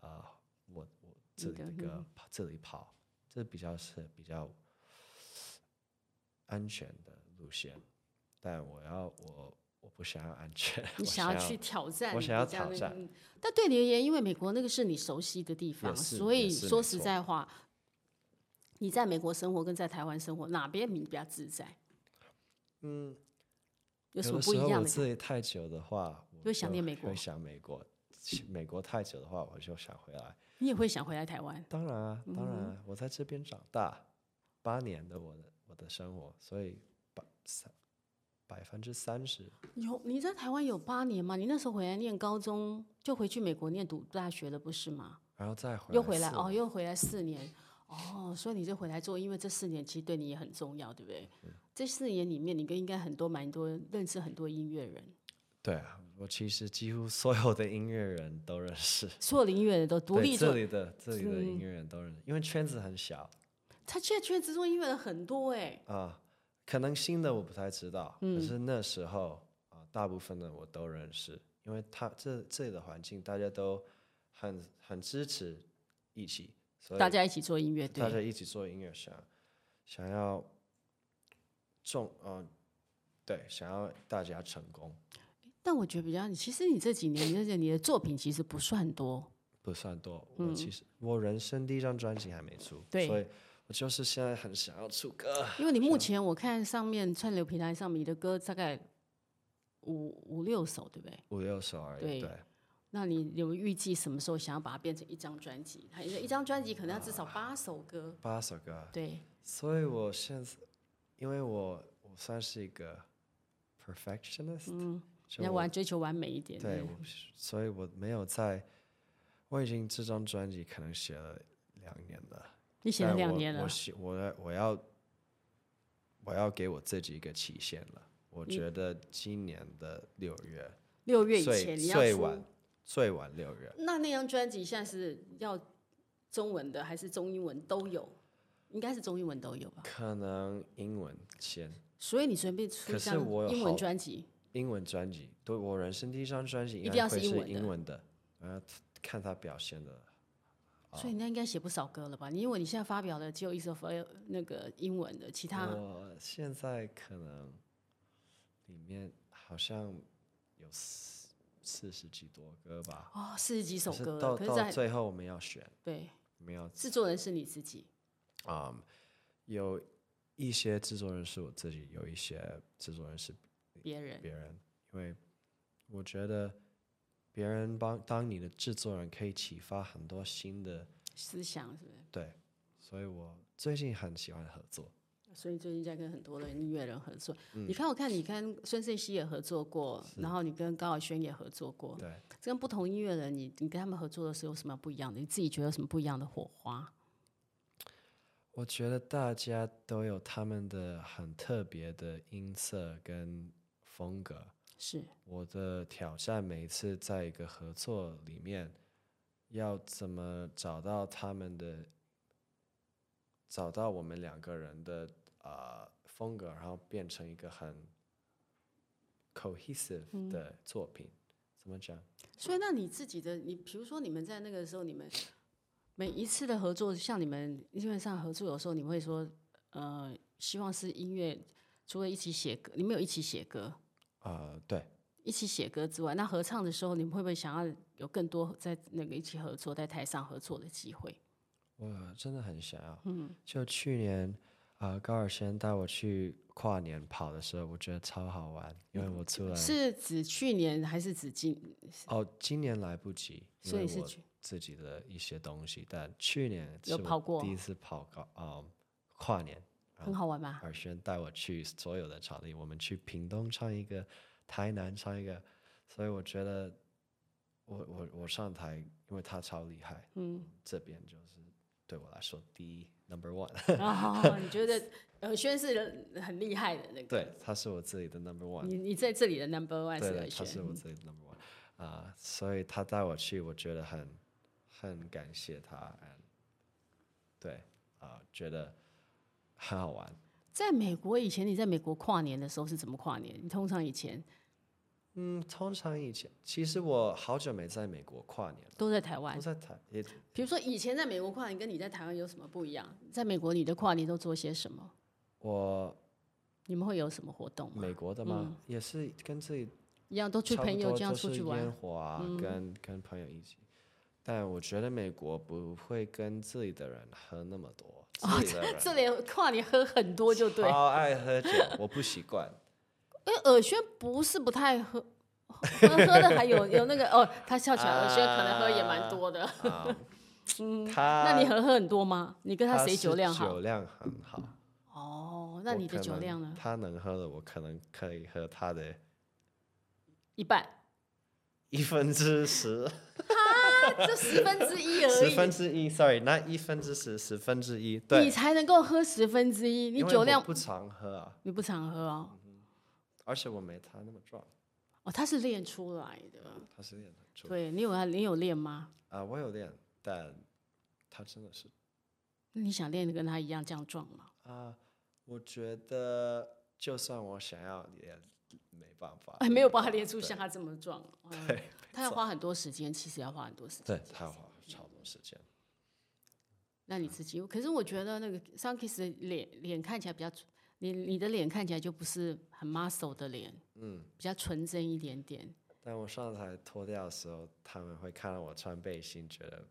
S2: 啊、我我这里的
S1: 你的
S2: 歌，跑这里跑，这比较是比较安全的路线。但我要我我不想要安全，
S1: 你
S2: 我
S1: 想
S2: 要
S1: 要去挑战，
S2: 我
S1: 你
S2: 想要
S1: 这样
S2: 挑
S1: 的
S2: 战
S1: 嗯但对你而言，因为美国那个是你熟悉的地方，
S2: 是
S1: 所以
S2: 也是
S1: 说
S2: 没
S1: 实
S2: 错
S1: 在话，你在美国生活跟在台湾生活哪边你比较自在？嗯，有什
S2: 有
S1: 么不
S2: 的时
S1: 一
S2: 候
S1: 样
S2: 我
S1: 的？
S2: 自己太久的话，我
S1: 会想
S2: 就
S1: 念美国
S2: 会想美国。去美国太久的话，我就想回来。
S1: 你也会想回来台湾？
S2: 当然啊，
S1: 嗯
S2: 当然啊、我在这边长大，八年的我的我的生活，所以百三百分之三十
S1: 有你在台湾有八年嘛？你那时候回来念高中，就回去美国念读大学了，不是吗？
S2: 然后再回
S1: 又回来
S2: 四
S1: 哦，
S2: 年，
S1: 又回来四年哦，所以你就回来做，因为这四年其实对你也很重要，对不对？
S2: 嗯
S1: 这四年里面，你跟应该很多蛮多认识很多音乐人，
S2: 对啊，我其实几乎所有的音乐人都认识，
S1: 所有的音乐人都独
S2: 对
S1: 立
S2: 这
S1: 做。嗯
S2: 里的这里的音乐人都认识，因为圈子很小
S1: 他现在圈子做音乐人很多哎、
S2: 啊、可能新的我不太知道，可是
S1: 嗯
S2: 那时候啊、大部分的我都认识，因为他这这里的环境大家都很很支持一起，所以
S1: 大家一起做音乐，
S2: 大
S1: 对，
S2: 家一起做音乐，想想要重呃，对，想要大家成功，
S1: 但我觉得比较，其实你这几年，你这你的作品其实不算多，
S2: 不算多。我其实、我人生第一张专辑还没出，
S1: 嗯对
S2: 所以我就是现在很想要出歌。
S1: 因为你目前我看上面串流平台上面你的歌大概五五六首，对不对？
S2: 五六首而已，
S1: 对
S2: 对，
S1: 那你有预计什么时候想要把它变成一张专辑？它一张专辑可能要至少八首歌，
S2: 八首歌，
S1: 对，
S2: 所以我现在，因为我我算是一个 perfectionist，嗯，
S1: 你要玩追求完美一点。
S2: 对，我不是所以我没有在，我已经这张专辑可能写了两年了。
S1: 你写了
S2: 但
S1: 两
S2: 我
S1: 年了
S2: 我，希我要我要我要给我自己一个期限了。我觉得今年的六月，
S1: 六月以
S2: 最
S1: 前你要
S2: 最
S1: 出
S2: 晚最晚六月，
S1: 那那张专辑现在是要中文的还是中英文都有？应该是中英文都有吧。
S2: 可能英文先，
S1: 所以你随便出一
S2: 可是
S1: 张
S2: 我有
S1: 英文
S2: 好
S1: 专辑，
S2: 英文专辑，对我人生第一张专辑
S1: 一
S2: 应
S1: 定
S2: 该
S1: 要是
S2: 会
S1: 英
S2: 是
S1: 文的
S2: 英文的，然后看他表现的。
S1: 所以那应该写不少歌了吧？因为你现在发表的只有一首发那个英文的，其他
S2: 我现在可能里面好像有四四十几多歌吧，
S1: 哦四十几首
S2: 可是
S1: 歌了，
S2: 到
S1: 可是
S2: 到
S1: 在
S2: 最后我们要选，
S1: 对
S2: 我们要
S1: 制作人是你自己，
S2: 啊、有一些制作人是我自己，有一些制作人是
S1: 别人
S2: 别人，因为我觉得别人帮当你的制作人，可以启发很多新的
S1: 思想是不是？
S2: 对，所以我最近很喜欢合作。
S1: 所以最近在跟很多的音乐人合作。你看，我看你跟孙盛熙也合作过，然后你跟高晓轩也合作过。
S2: 对，
S1: 跟不同音乐人，你你跟他们合作的时候有什么不一样的？你自己觉得有什么不一样的火花？
S2: 我觉得大家都有他们的很特别的音色跟风格，
S1: 是
S2: 我的挑战每一次在一个合作里面，要怎么找到他们的，找到我们两个人的呃风格，然后变成一个很 cohesive 的作品。怎么讲？
S1: 所以，那你自己的，你比如说你们在那个时候，你们每一次的合作，像你们基本上合作，有时候你们会说，呃，希望是音乐除了一起写歌，你们有一起写歌，
S2: 呃，对，
S1: 一起写歌之外，那合唱的时候，你们会不会想要有更多在那个一起合作，在台上合作的机会？
S2: 我真的很想要。嗯，就去年啊、呃高尔先带我去跨年跑的时候，我觉得超好玩，因为我出来
S1: 是指去年还是指今？
S2: 哦，今年来不及，因
S1: 所
S2: 为
S1: 以是
S2: 我
S1: 去
S2: 自己的一些东西，但去年
S1: 有
S2: 是我
S1: 跑过
S2: 第一次跑高，嗯，跨年。
S1: 很好玩 吗？
S2: 尔轩带我去所有的场地，我们去屏东唱一个，台南唱一个，所以我觉得我我我上台，因为他超厉害，
S1: 嗯，
S2: 这边就是对我来说第一 number one，
S1: 哦，你觉得呃，轩是很厉害的那个？
S2: 对，他是我自己的 number one，
S1: 你你在这里的 number one
S2: 对
S1: 是
S2: 的，
S1: 何
S2: 他是
S1: 轩，
S2: 我自己的 number one，啊、所以他带我去，我觉得很很感谢他，and 对啊、觉得很好玩。
S1: 在美国以前，你在美国跨年的时候是怎么跨年？你通常以前
S2: 嗯，通常以前其实我好久没在美国跨年了，
S1: 都在台湾
S2: 我。在台也
S1: 比如说，以前在美国跨年跟你在台湾有什么不一样？在美国，你的跨年都做些什么？
S2: 我
S1: 你们会有什么活动吗？
S2: 美国的嘛，也是跟自己
S1: 一样都去
S2: 差不
S1: 朋友
S2: 多
S1: 这样嗯
S2: 就
S1: 出
S2: 是
S1: 去
S2: 烟
S1: 玩，嗯
S2: 火啊，跟跟朋友一起。但我觉得美国不会跟自己的人喝那么多，自己的人
S1: 哦这里跨年喝很多就 对。
S2: 超爱喝酒，我不习惯。
S1: 因为尔轩不是不太喝，喝喝的还有有那个哦，他笑起来，尔轩可能喝也蛮多
S2: 啊
S1: 的。
S2: 他
S1: 嗯那你喝喝很多吗？你跟他谁
S2: 是
S1: 酒量好
S2: 酒？量很好。
S1: 哦，那
S2: 我
S1: 你的
S2: 可
S1: 酒
S2: 能
S1: 量呢？
S2: 他能喝的，我可能可以喝他的
S1: 一 半，
S2: 一分 之十，
S1: 就十分之一而
S2: 十分
S1: 已。
S2: 之一，sorry，那一分之十，十分之一，
S1: 你
S2: 对，
S1: 才能够喝十分之一，你
S2: 因为
S1: 酒
S2: 我
S1: 量
S2: 不常喝啊，
S1: 你不常喝哦。
S2: 而且我没他那么壮，
S1: 哦，他是练出来的。
S2: 嗯他是练很壮。
S1: 对你有啊？你有练吗？
S2: 啊，我有练，但他真的是
S1: 那你想练的跟他一样这样壮吗？
S2: 啊，我觉得就算我想要也没办法，
S1: 哎，没有办法
S2: 对
S1: 练出像他这么壮。嗯
S2: 对
S1: 他要花很多时间，其实要花很多时间。
S2: 对，他花超多时间。
S1: 那你自己，可是我觉得那个 Sunkiss 的脸脸看起来比较，你你的脸看起来就不是很 muscle 的脸，
S2: 嗯，
S1: 比较纯真一点点。
S2: 但我上台脱掉的时候，他们会看到我穿背心，觉得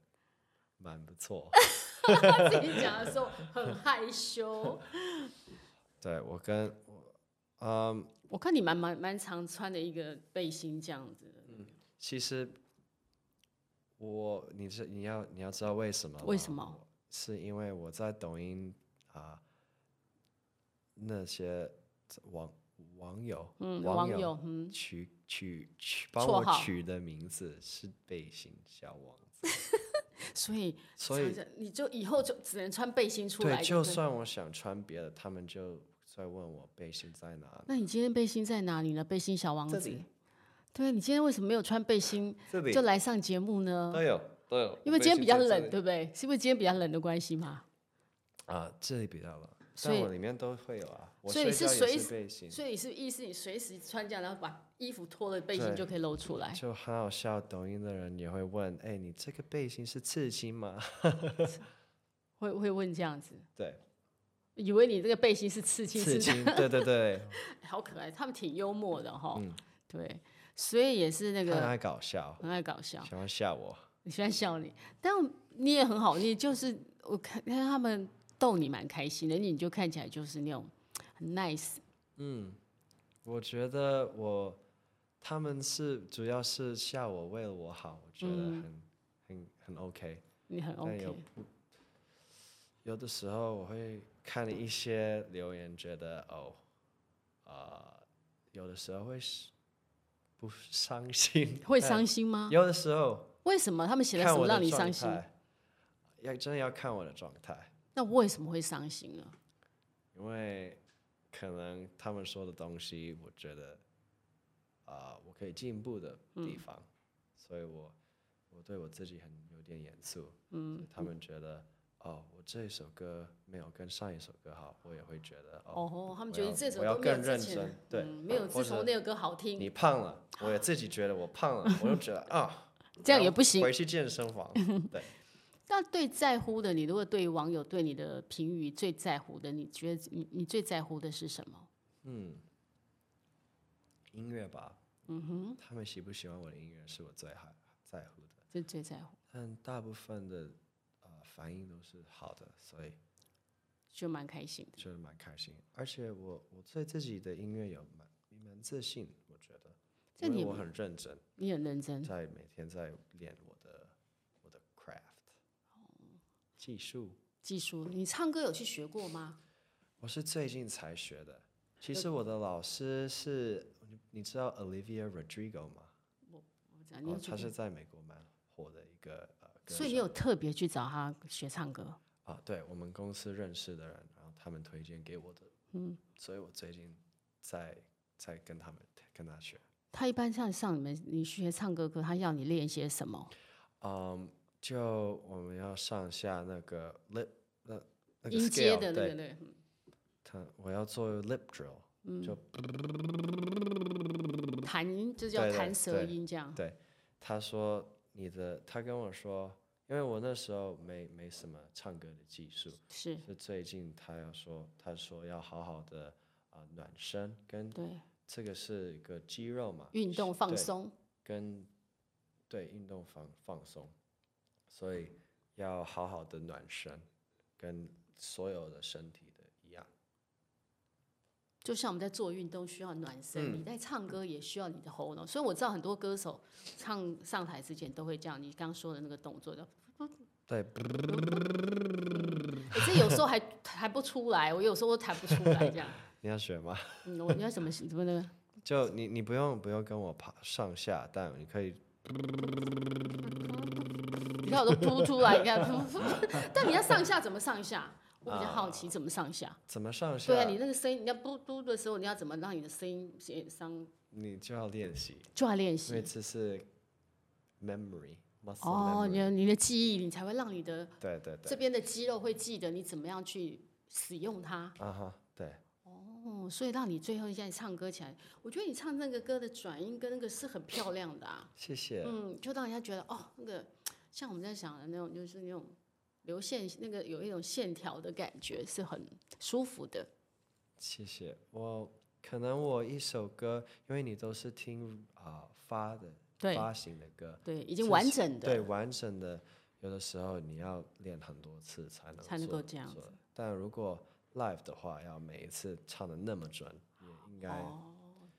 S2: 蛮不错。
S1: 他自己讲的时候很害羞，
S2: 对我跟我，嗯，
S1: 我看你蛮蛮蛮常穿的一个背心这样子的，
S2: 其实我，你是你要你要知道为什么？
S1: 为什？么？
S2: 是因为我在抖音啊、那些网网友，
S1: 嗯，
S2: 网
S1: 网友，嗯，
S2: 取取取帮
S1: 绰
S2: 我
S1: 号
S2: 取的名字是背心小王子，
S1: 所以
S2: 所
S1: 常
S2: 以
S1: 常你就以后就只能穿背心出来
S2: 对，就
S1: 对了
S2: 算我想穿别的，他们就在问我背心在哪。
S1: 那你今天背心在哪里呢？背心小王
S2: 这
S1: 子
S2: 里。
S1: 对，啊你今天为什么没有穿背心
S2: 这里
S1: 就来上节目呢？
S2: 都有都有，
S1: 嗯因为今天比较冷，
S2: 对
S1: 对不对？是因为今天比较冷的关系嘛？
S2: 啊，这里比较冷，
S1: 所
S2: 但
S1: 以
S2: 我里面都会有啊。我
S1: 所以
S2: 睡
S1: 你
S2: 觉
S1: 是
S2: 也
S1: 随
S2: 是背心，
S1: 所以你是意思你随时穿这样，然后把衣服脱了，背心
S2: 对。
S1: 就可以露出来
S2: 就很好笑。抖音的人也会问，哎，你这个背心是刺青吗？
S1: 会会问这样子，
S2: 对，
S1: 以为你这个背心是刺青，
S2: 刺
S1: 是
S2: 青，对对对，
S1: 好可爱，他们挺幽默的哈。
S2: 嗯
S1: 对，所以也是那
S2: 他很
S1: 个
S2: 爱搞笑，
S1: 很爱搞笑。
S2: 喜欢吓我。
S1: 你喜欢笑你，但你也很好，你就是我看看他们逗你蛮开心的，你就看起来就是那种很 nice。
S2: 嗯我觉得我他们是主要是笑我，为了我好，我觉得
S1: 嗯
S2: 很、很很 OK。
S1: 你很
S2: 但
S1: OK，
S2: 哎有有的时候我会看一些留言，觉得哦，啊、有的时候会是不伤心，
S1: 会伤心吗？
S2: 有的时候
S1: 为什么他们啊写了什
S2: 看
S1: 么
S2: 我的
S1: 让你
S2: 状
S1: 伤心？
S2: 态，要真的要看我的状态，
S1: 那为什么会伤心呢？
S2: 因为可能他们说的东西，我觉得啊、我可以进步的
S1: 嗯
S2: 地方，所以我我对我自己很有点严肃。嗯，他们觉得哦，我这一首歌没有跟上一首歌好，我也会觉得哦，
S1: 哦，他们
S2: 我
S1: 觉得
S2: 要
S1: 这首
S2: 我要
S1: 歌没有
S2: 更
S1: 之
S2: 认
S1: 前
S2: 真对
S1: 嗯没有
S2: 或
S1: 自从
S2: 者
S1: 那个歌好听，
S2: 你胖了，我也自己觉得我胖了，我就觉得啊，
S1: 这样
S2: 我
S1: 也
S2: 要
S1: 不行。
S2: 回去健身房。对，
S1: 那对在乎的你，如果对网友对你的评语最在乎的，你觉得你你最在乎的是什么？
S2: 音乐吧，
S1: 嗯哼，
S2: 他们喜不喜欢我的音乐是我最害在乎的，
S1: 这最在乎
S2: 但大部分的呃反应都是好的，所以
S1: 就蛮开心的。
S2: 觉得蛮开心。而且我我对自己的音乐有蛮蛮自信，我觉得，
S1: 这
S2: 因为
S1: 你
S2: 我很认真，
S1: 你很认真，
S2: 在每天在练我的我的 craft
S1: 哦
S2: 技术。
S1: 技术，你唱歌有去学过吗？
S2: 我是最近才学的。其实我的老师是，你你知道 Olivia Rodrigo 吗？
S1: 我讲你有
S2: 哦，
S1: 去
S2: 她是在美国蛮火的一个呃歌手。
S1: 所以你有特别去找他学唱歌，
S2: 啊，对我们公司认识的人，然后他们推荐给我的，嗯，所以我最近在在跟他们跟他学，
S1: 他一般像上你们你学唱歌课，他要你练些什么？
S2: 嗯，就我们要上下那个 lip 那那个
S1: 音阶
S2: scale，
S1: 的那
S2: 对
S1: 个，对，嗯
S2: 他我要做 lip drill，就
S1: 弹就是要
S2: 对对
S1: 弹舌
S2: 对
S1: 音这样。
S2: 对，他说你的，他跟我说，因为我那时候没没什么唱歌的技术，
S1: 是，
S2: 是最近他要说，他说要好好的啊、呃暖身，跟
S1: 对，
S2: 这个是一个肌肉嘛，
S1: 运动放
S2: 对
S1: 松，
S2: 跟对运动放放松，所以要好好的暖身，跟所有的身体的一样，
S1: 就像我们在做运动需要暖身，你在唱歌也需要你的喉咙。所以我知道很多歌手唱上台之前都会这样，你刚说的那个动作的，
S2: 对，
S1: 可是有时候还还不出来，我有时候都弹不出来这样。
S2: 你要学吗？
S1: 嗯，我你要怎么怎么那个？
S2: 就你你不用不用跟我爬上下，但你可以
S1: 你看我都扑出来，你看，但你要上下怎么上下？我比较好奇怎么上下。
S2: 怎么上下，
S1: 对啊，你那个声音，你要嘟嘟的时候，你要怎么让你的声音先上？
S2: 你就要练习，
S1: 就要练
S2: 因为
S1: 习
S2: 这是 memory muscle
S1: 哦，你
S2: memory，
S1: 的你的记忆，你才会让你的
S2: 对对对，
S1: 这边的肌肉会记得你怎么样去使用它。
S2: 啊哈，对，
S1: 哦，所以让你最后现在唱歌起来，我觉得你唱那个歌的转音跟那个是很漂亮的啊，
S2: 谢谢，
S1: 嗯，就让人家觉得哦，那个像我们在想的那种，就是那种流线那个有一种线条的感觉，是很舒服的。
S2: 谢谢。我可能我一首歌，因为你都是听啊、发的
S1: 对
S2: 发行的歌，
S1: 对，已经完整的，
S2: 对完整的，有的时候你要练很多次才能
S1: 才能
S2: 做
S1: 够这样
S2: 做但如果 live 的话，要每一次唱的那么准，也应该、
S1: 哦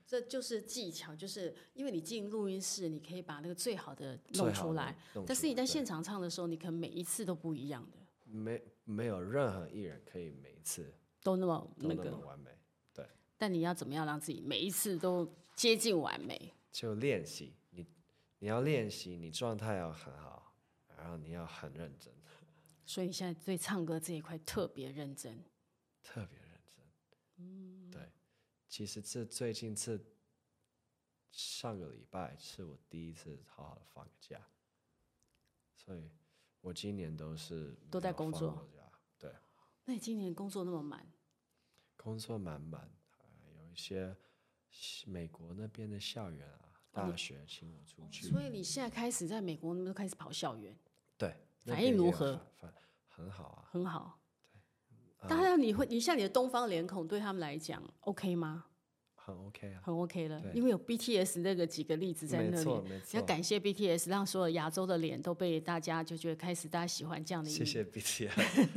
S1: 这就是技巧，就是因为你进录音室，你可以把那个最好的
S2: 最
S1: 弄
S2: 好
S1: 出
S2: 的
S1: 来，
S2: 弄
S1: 但
S2: 出
S1: 是你
S2: 来
S1: 在
S2: 对
S1: 现场唱的时候，你可能每一次都不一样的，
S2: 没没有任何艺人可以每一次
S1: 都那么
S2: 都
S1: 那
S2: 那
S1: 个
S2: 么。完美，对，
S1: 但你要怎么样让自己每一次都接近完美？
S2: 就练习，你你要练习，你状态要很好，然后你要很认真。
S1: 所以你现在对唱歌这一块特别认真，
S2: 特别认真。嗯，对，其实这最近这上个礼拜是我第一次好好的放个假，所以我今年都是
S1: 都
S2: 没
S1: 在
S2: 有
S1: 工
S2: 放
S1: 作
S2: 过假，对，
S1: 那你今年工作那么满，
S2: 工作满满，呃有一些西美国那边的校园啊，
S1: 哦
S2: 大学请我出去，
S1: 所以你现在开始在美国，你们都开始跑校园，
S2: 对，那
S1: 反
S2: 边
S1: 应如
S2: 也有
S1: 何
S2: 反？反很好啊，呃
S1: 很好。当然，你会，你像你的东方脸孔，对他们来讲，OK 吗？
S2: 很 OK 啊，
S1: 很 OK 了，
S2: 对
S1: 因为有 BTS 那个几个例子在
S2: 没
S1: 那
S2: 错
S1: 里
S2: 没，
S1: 要
S2: 错
S1: 感谢 BTS，让所有亚洲的脸都被大家就觉得开始大家喜欢这样的。
S2: 啊谢。谢 BTS，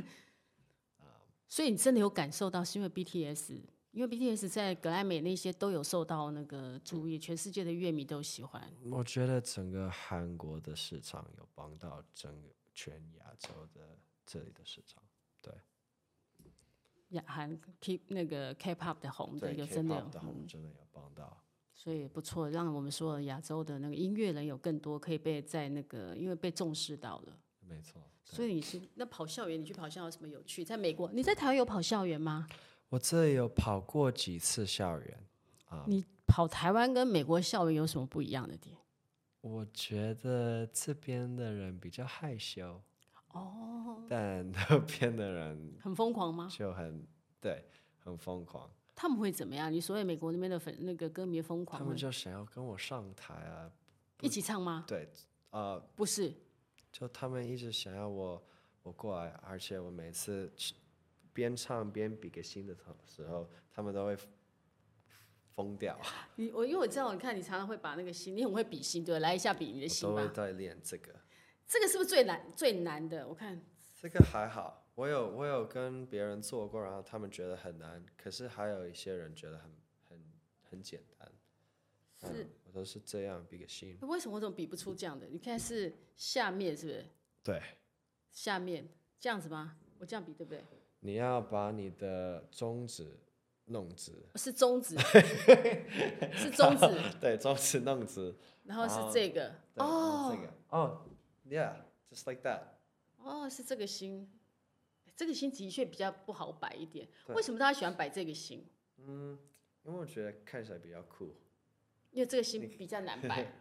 S1: 所以你真的有感受到，是因为 BTS，因为 BTS 在格莱美那些都有受到那个注意，全世界的乐迷都喜欢。
S2: 我觉得整个韩国的市场有帮到整个全亚洲的这里的市场，对
S1: 亚韩 K 那个 K-pop 的红的
S2: 对
S1: 有
S2: k
S1: 真
S2: p
S1: 的
S2: o
S1: 有，嗯
S2: 的红真的有帮到，
S1: 所以不错，让我们所有亚洲的那个音乐人有更多可以被在那个因为被重视到了。
S2: 没错。
S1: 所以你是那跑校园，你去跑校园有什么有趣？在美国，你在台湾有跑校园吗？
S2: 我这里有跑过几次校园，啊
S1: 你跑台湾跟美国校园有什么不一样的点？
S2: 我觉得这边的人比较害羞，
S1: 哦，
S2: 但那边的人
S1: 很疯狂吗？
S2: 就很对，很疯狂，
S1: 他们会怎么样？你所谓美国那边的粉那个歌迷疯
S2: 他
S1: 狂
S2: 们
S1: 会
S2: 就想要跟我上台啊，
S1: 一起唱吗？
S2: 对，呃，
S1: 不是，
S2: 就他们一直想要我我过来，而且我每次去边唱边比个心的时候，他们都会疯掉。
S1: 你我因为我知道，你看你常常会把那个心，你很会比心，对吧，来一下比你的
S2: 我
S1: 心
S2: 都会
S1: 吧。
S2: 在练这个，
S1: 这个是不是最难最难的？我看
S2: 这个还好。我有我有跟别人做过，然后他们觉得很难，可是还有一些人觉得很很很简单。嗯
S1: 是、
S2: 我都是这样比个心。
S1: 为什么我怎么比不出这样的？你看是下面是不是？
S2: 对，
S1: 下面这样子吗？我这样比对不对？哦
S2: 你要把你的中指弄直，
S1: 是中指，是中指，
S2: 对，中指弄直，
S1: 然后是这个，
S2: 对，
S1: 哦
S2: 然后这个，哦，yeah，just like that。
S1: 哦，是这个心，这个心的确比较不好摆一点。
S2: 对
S1: 为什么大家喜欢摆这个心？
S2: 嗯，因为我觉得看起来比较酷。
S1: 因为这个心比较 难摆。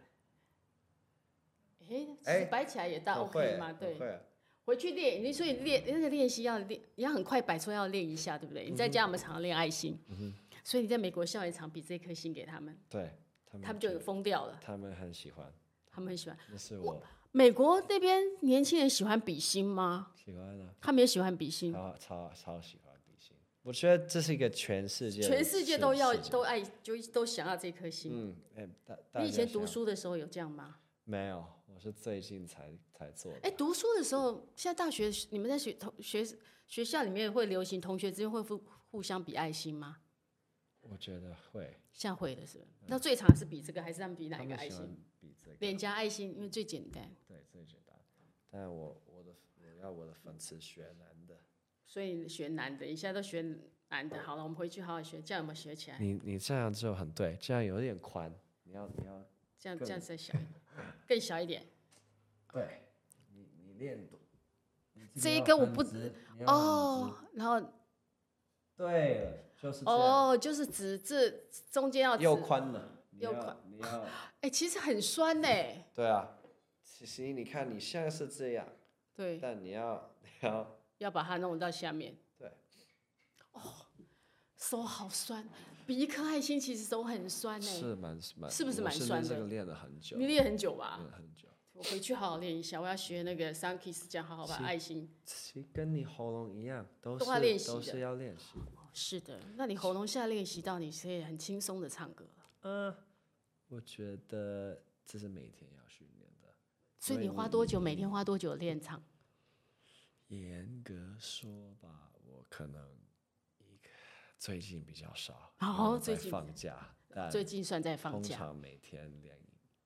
S1: 诶，其
S2: 哎
S1: 实摆起来也大
S2: 我
S1: OK
S2: 会
S1: 嘛，
S2: 我
S1: 对。
S2: 会
S1: 回去练，你所以练那个练习要练，你要很快摆出来要练一下，对不对？你在家我们常常练爱心，
S2: 嗯
S1: 所以你在美国校园场比这颗心给他们，
S2: 对他们，
S1: 他们就疯掉了，
S2: 他们很喜欢，
S1: 他们很喜欢。
S2: 那是我
S1: 美国那边年轻人喜欢比心吗？
S2: 喜欢的，
S1: 他们也喜欢比心，
S2: 超超超喜欢比心。我觉得这是一个全世界的
S1: 全世界都要
S2: 事情
S1: 都爱，就都想要这颗心。
S2: 嗯，哎，大大
S1: 你以前
S2: 家
S1: 读
S2: 想
S1: 书的时候有这样吗？
S2: 没有？我是最近才才做的。
S1: 哎，读书的时候，现在大学你们在学同学学校里面会流行同学之间会互互相比爱心吗？
S2: 我觉得会，
S1: 现在会的是不是？
S2: 嗯
S1: 那最常是比这个，还是他们比哪
S2: 他
S1: 一个
S2: 们
S1: 爱
S2: 喜
S1: 心
S2: 欢？比这个。
S1: 脸颊爱心，因为最简单，
S2: 对，最简单。但我我的我要我的粉丝学男的。
S1: 所以选男的，你现在都选男的。好了，我们回去好好学，这样有没有学起来？
S2: 你你这样就很对，这样有点宽，你要你要
S1: 这样这样再小一点，更小一点。
S2: 对，你你练多。
S1: 这这个一个要我分不
S2: 知
S1: 哦，
S2: 嗯
S1: 然后
S2: 对了，就是
S1: 哦，就是指这中间要指，
S2: 又宽了，你
S1: 又
S2: 要
S1: 宽，
S2: 你要
S1: 哎，其实很酸呢。
S2: 对啊。其实你看，你像是这样，
S1: 对，
S2: 但你要你要
S1: 要把它弄到下面，
S2: 对，
S1: 哦手好酸，比一颗爱心其实手很酸呢。
S2: 是蛮蛮，
S1: 是不是
S2: 我
S1: 蛮
S2: 真的
S1: 酸
S2: 这
S1: 的
S2: 个练了很久，
S1: 你练很久吧？
S2: 了很久。
S1: 我回去好好练一下，我要学那个 sun kiss，这样好好把爱心。
S2: 其实跟你喉咙一样，都
S1: 都
S2: 是
S1: 要练习
S2: 都
S1: 的
S2: 是要练习。
S1: 哦是的，那你喉咙现在练习到你可以很轻松的唱歌了，
S2: 嗯，我觉得这是每天要训练的。
S1: 所以
S2: 对
S1: 你花多久？每天花多久练唱？
S2: 严格说吧，我可能一个最近比较少，
S1: 哦
S2: 因为我
S1: 最
S2: 在
S1: 近
S2: 放假，但
S1: 最近算在放
S2: 通
S1: 假。
S2: 常每天练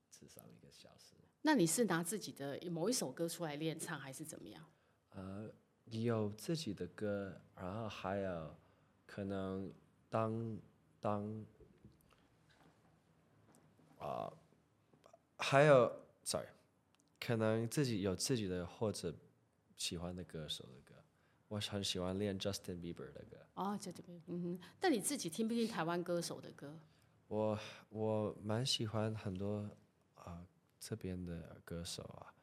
S2: 至少一个小时。
S1: 那你是拿自己的某一首歌出来练唱，还是怎么样？
S2: 呃，有自己的歌，然后还有可能当当啊、还有 sorry，可能自己有自己的或者喜欢的歌手的歌。我很喜欢练 Justin Bieber 的歌，
S1: 哦，在这边，嗯哼。但你自己听不听台湾歌手的歌？
S2: 我我蛮喜欢很多啊、这边的歌手啊，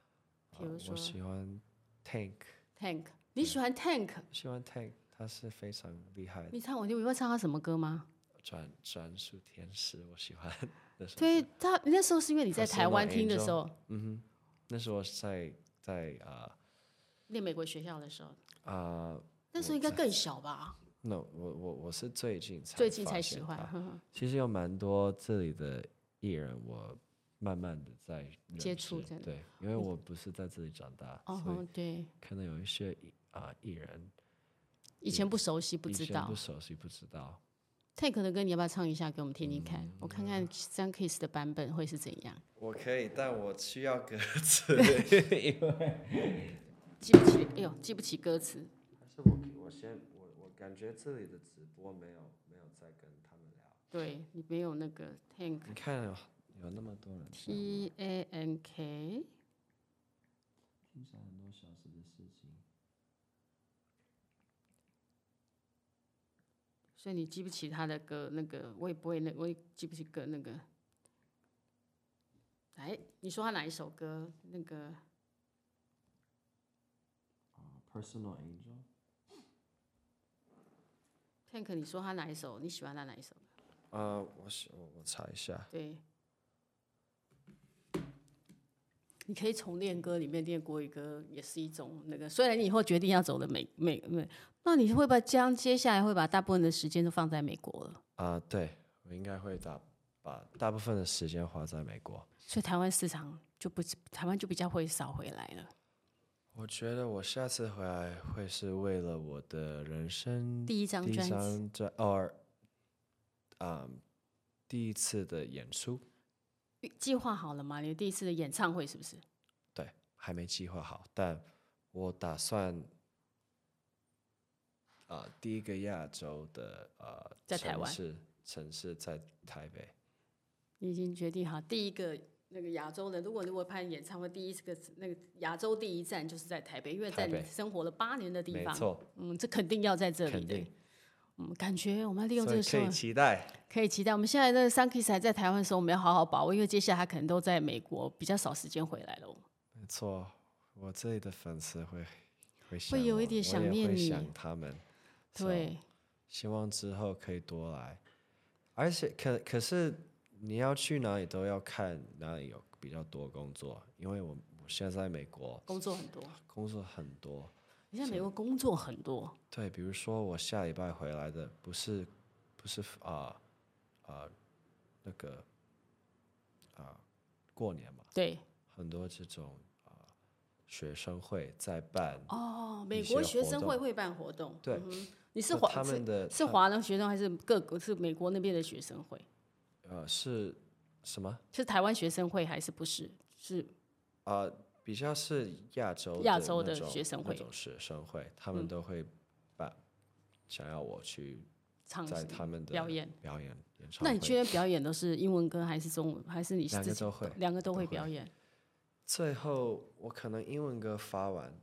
S2: 啊
S1: 比如说
S2: 我喜欢 Tank，
S1: Tank，你喜
S2: 嗯
S1: 欢 Tank？
S2: 喜欢 Tank，他是非常厉害的。
S1: 你唱我，你会唱他什么歌吗？
S2: 专专属天使，我喜欢那首。
S1: 对他那时候是因为 你在
S2: Casino
S1: 台湾听的时候，
S2: 嗯哼，那时候我在在啊
S1: 念美国学校的时候，
S2: 啊、
S1: 那时候应该更小吧？
S2: 那我我我是最近才
S1: 最近
S2: 发
S1: 才
S2: 现
S1: 喜欢呵
S2: 它。
S1: 呵
S2: 其实有蛮多这里的艺人，我慢慢的在认
S1: 接触
S2: 识
S1: 真的嗯
S2: 对，因为我不是在这里长大，
S1: 哦
S2: 所以
S1: 哼，对，
S2: 可能有一些艺啊、艺人
S1: 以前不熟悉，不
S2: 以
S1: 知
S2: 前
S1: 道
S2: 不。熟悉，不知道。
S1: Tank 的歌，你要不要唱一下给我们听听看？我看看 Sun Kiss 的版本会是怎样？
S2: 我可以，但我需要 歌词，因为
S1: 记不起，哎呦，记不起歌词。
S2: 但是我我先我我感觉这里的直播没有没有在跟他们聊。
S1: 对你没有那个 Tank
S2: 你看有有那么多人听，
S1: T A N K，
S2: 听起来很多小时的事情。
S1: 所以你记不起他的歌，那个我也不会，那我也记不起歌那个。来，你说他哪一首歌？那个
S2: 啊、p e r s o n a l Angel，
S1: Tank，你说他哪一首？你喜欢他哪一首？
S2: 呃，我想我我查一下，
S1: 对，你可以从练歌里面练国语歌，也是一种那个。虽然你以后决定要走的美美美，那你会把将接下来会把大部分的时间都放在美国了，
S2: 啊、对我应该会大把大部分的时间花在美国。
S1: 所以台湾市场就不台湾就比较会少回来了。
S2: 我觉得我下次回来会是为了我的人生
S1: 第一张
S2: 第一
S1: 专辑，
S2: 张专，偶尔，啊、第一次的演出，
S1: 计划好了吗？你的第一次的演唱会是不是？
S2: 对，还没计划好，但我打算，啊、第一个亚洲的呃，
S1: 在台湾
S2: 城市城市在台北，
S1: 你已经决定好第一个那个亚洲人，如果如果办演唱会，第一个那个亚洲第一站就是在台北，因为在
S2: 台
S1: 你
S2: 北
S1: 生活了八年的地
S2: 没
S1: 方，
S2: 错，
S1: 嗯，这肯定要在这里
S2: 肯
S1: 的
S2: 定。，
S1: 嗯，感觉我们要利用这
S2: 所
S1: 个
S2: 以
S1: 时
S2: 可
S1: 候
S2: 以期待。
S1: 可以期待。我们现在那个 Sunkiss 还在台湾的时候，我们要好好把握，因为接下来他可能都在美国，比较少时间回来了。
S2: 没错，我这里的粉丝会会想
S1: 有
S2: 我
S1: 一点
S2: 我
S1: 想
S2: 也
S1: 念
S2: 会
S1: 你
S2: 想他们。So，
S1: 对，
S2: 希望之后可以多来。而且可可是你要去哪里都要看哪里有比较多工作，因为我我现在在美国
S1: 工作很多，
S2: 工作很多。
S1: 你在美国工作很多，
S2: 对，比如说我下礼拜回来的不是不是啊啊、那个啊、过年嘛，
S1: 对。
S2: 很多这种啊、学生会在办
S1: 哦，
S2: 一
S1: 美
S2: 些
S1: 国学
S2: 活
S1: 生
S2: 动
S1: 会会办活动，
S2: 对
S1: 嗯哼你是
S2: 那
S1: 华
S2: 他
S1: 是
S2: 们的
S1: 是华人学生还是各国是美国那边的学生会？
S2: 呃，是什么？
S1: 是台湾学生会还是不是？是
S2: 啊、比较是亚洲
S1: 亚
S2: 那
S1: 洲的
S2: 种
S1: 学生会嗯
S2: 那种学生会，他们都会把想要我去
S1: 唱
S2: 在他们的
S1: 表演。
S2: 表演演唱
S1: 那
S2: 会。
S1: 你去那边表演都是英文歌还是中文？还是你
S2: 两
S1: 自
S2: 个
S1: 己
S2: 都会
S1: 两个都
S2: 都
S1: 会
S2: 会
S1: 表演？
S2: 最后我可能英文歌发完，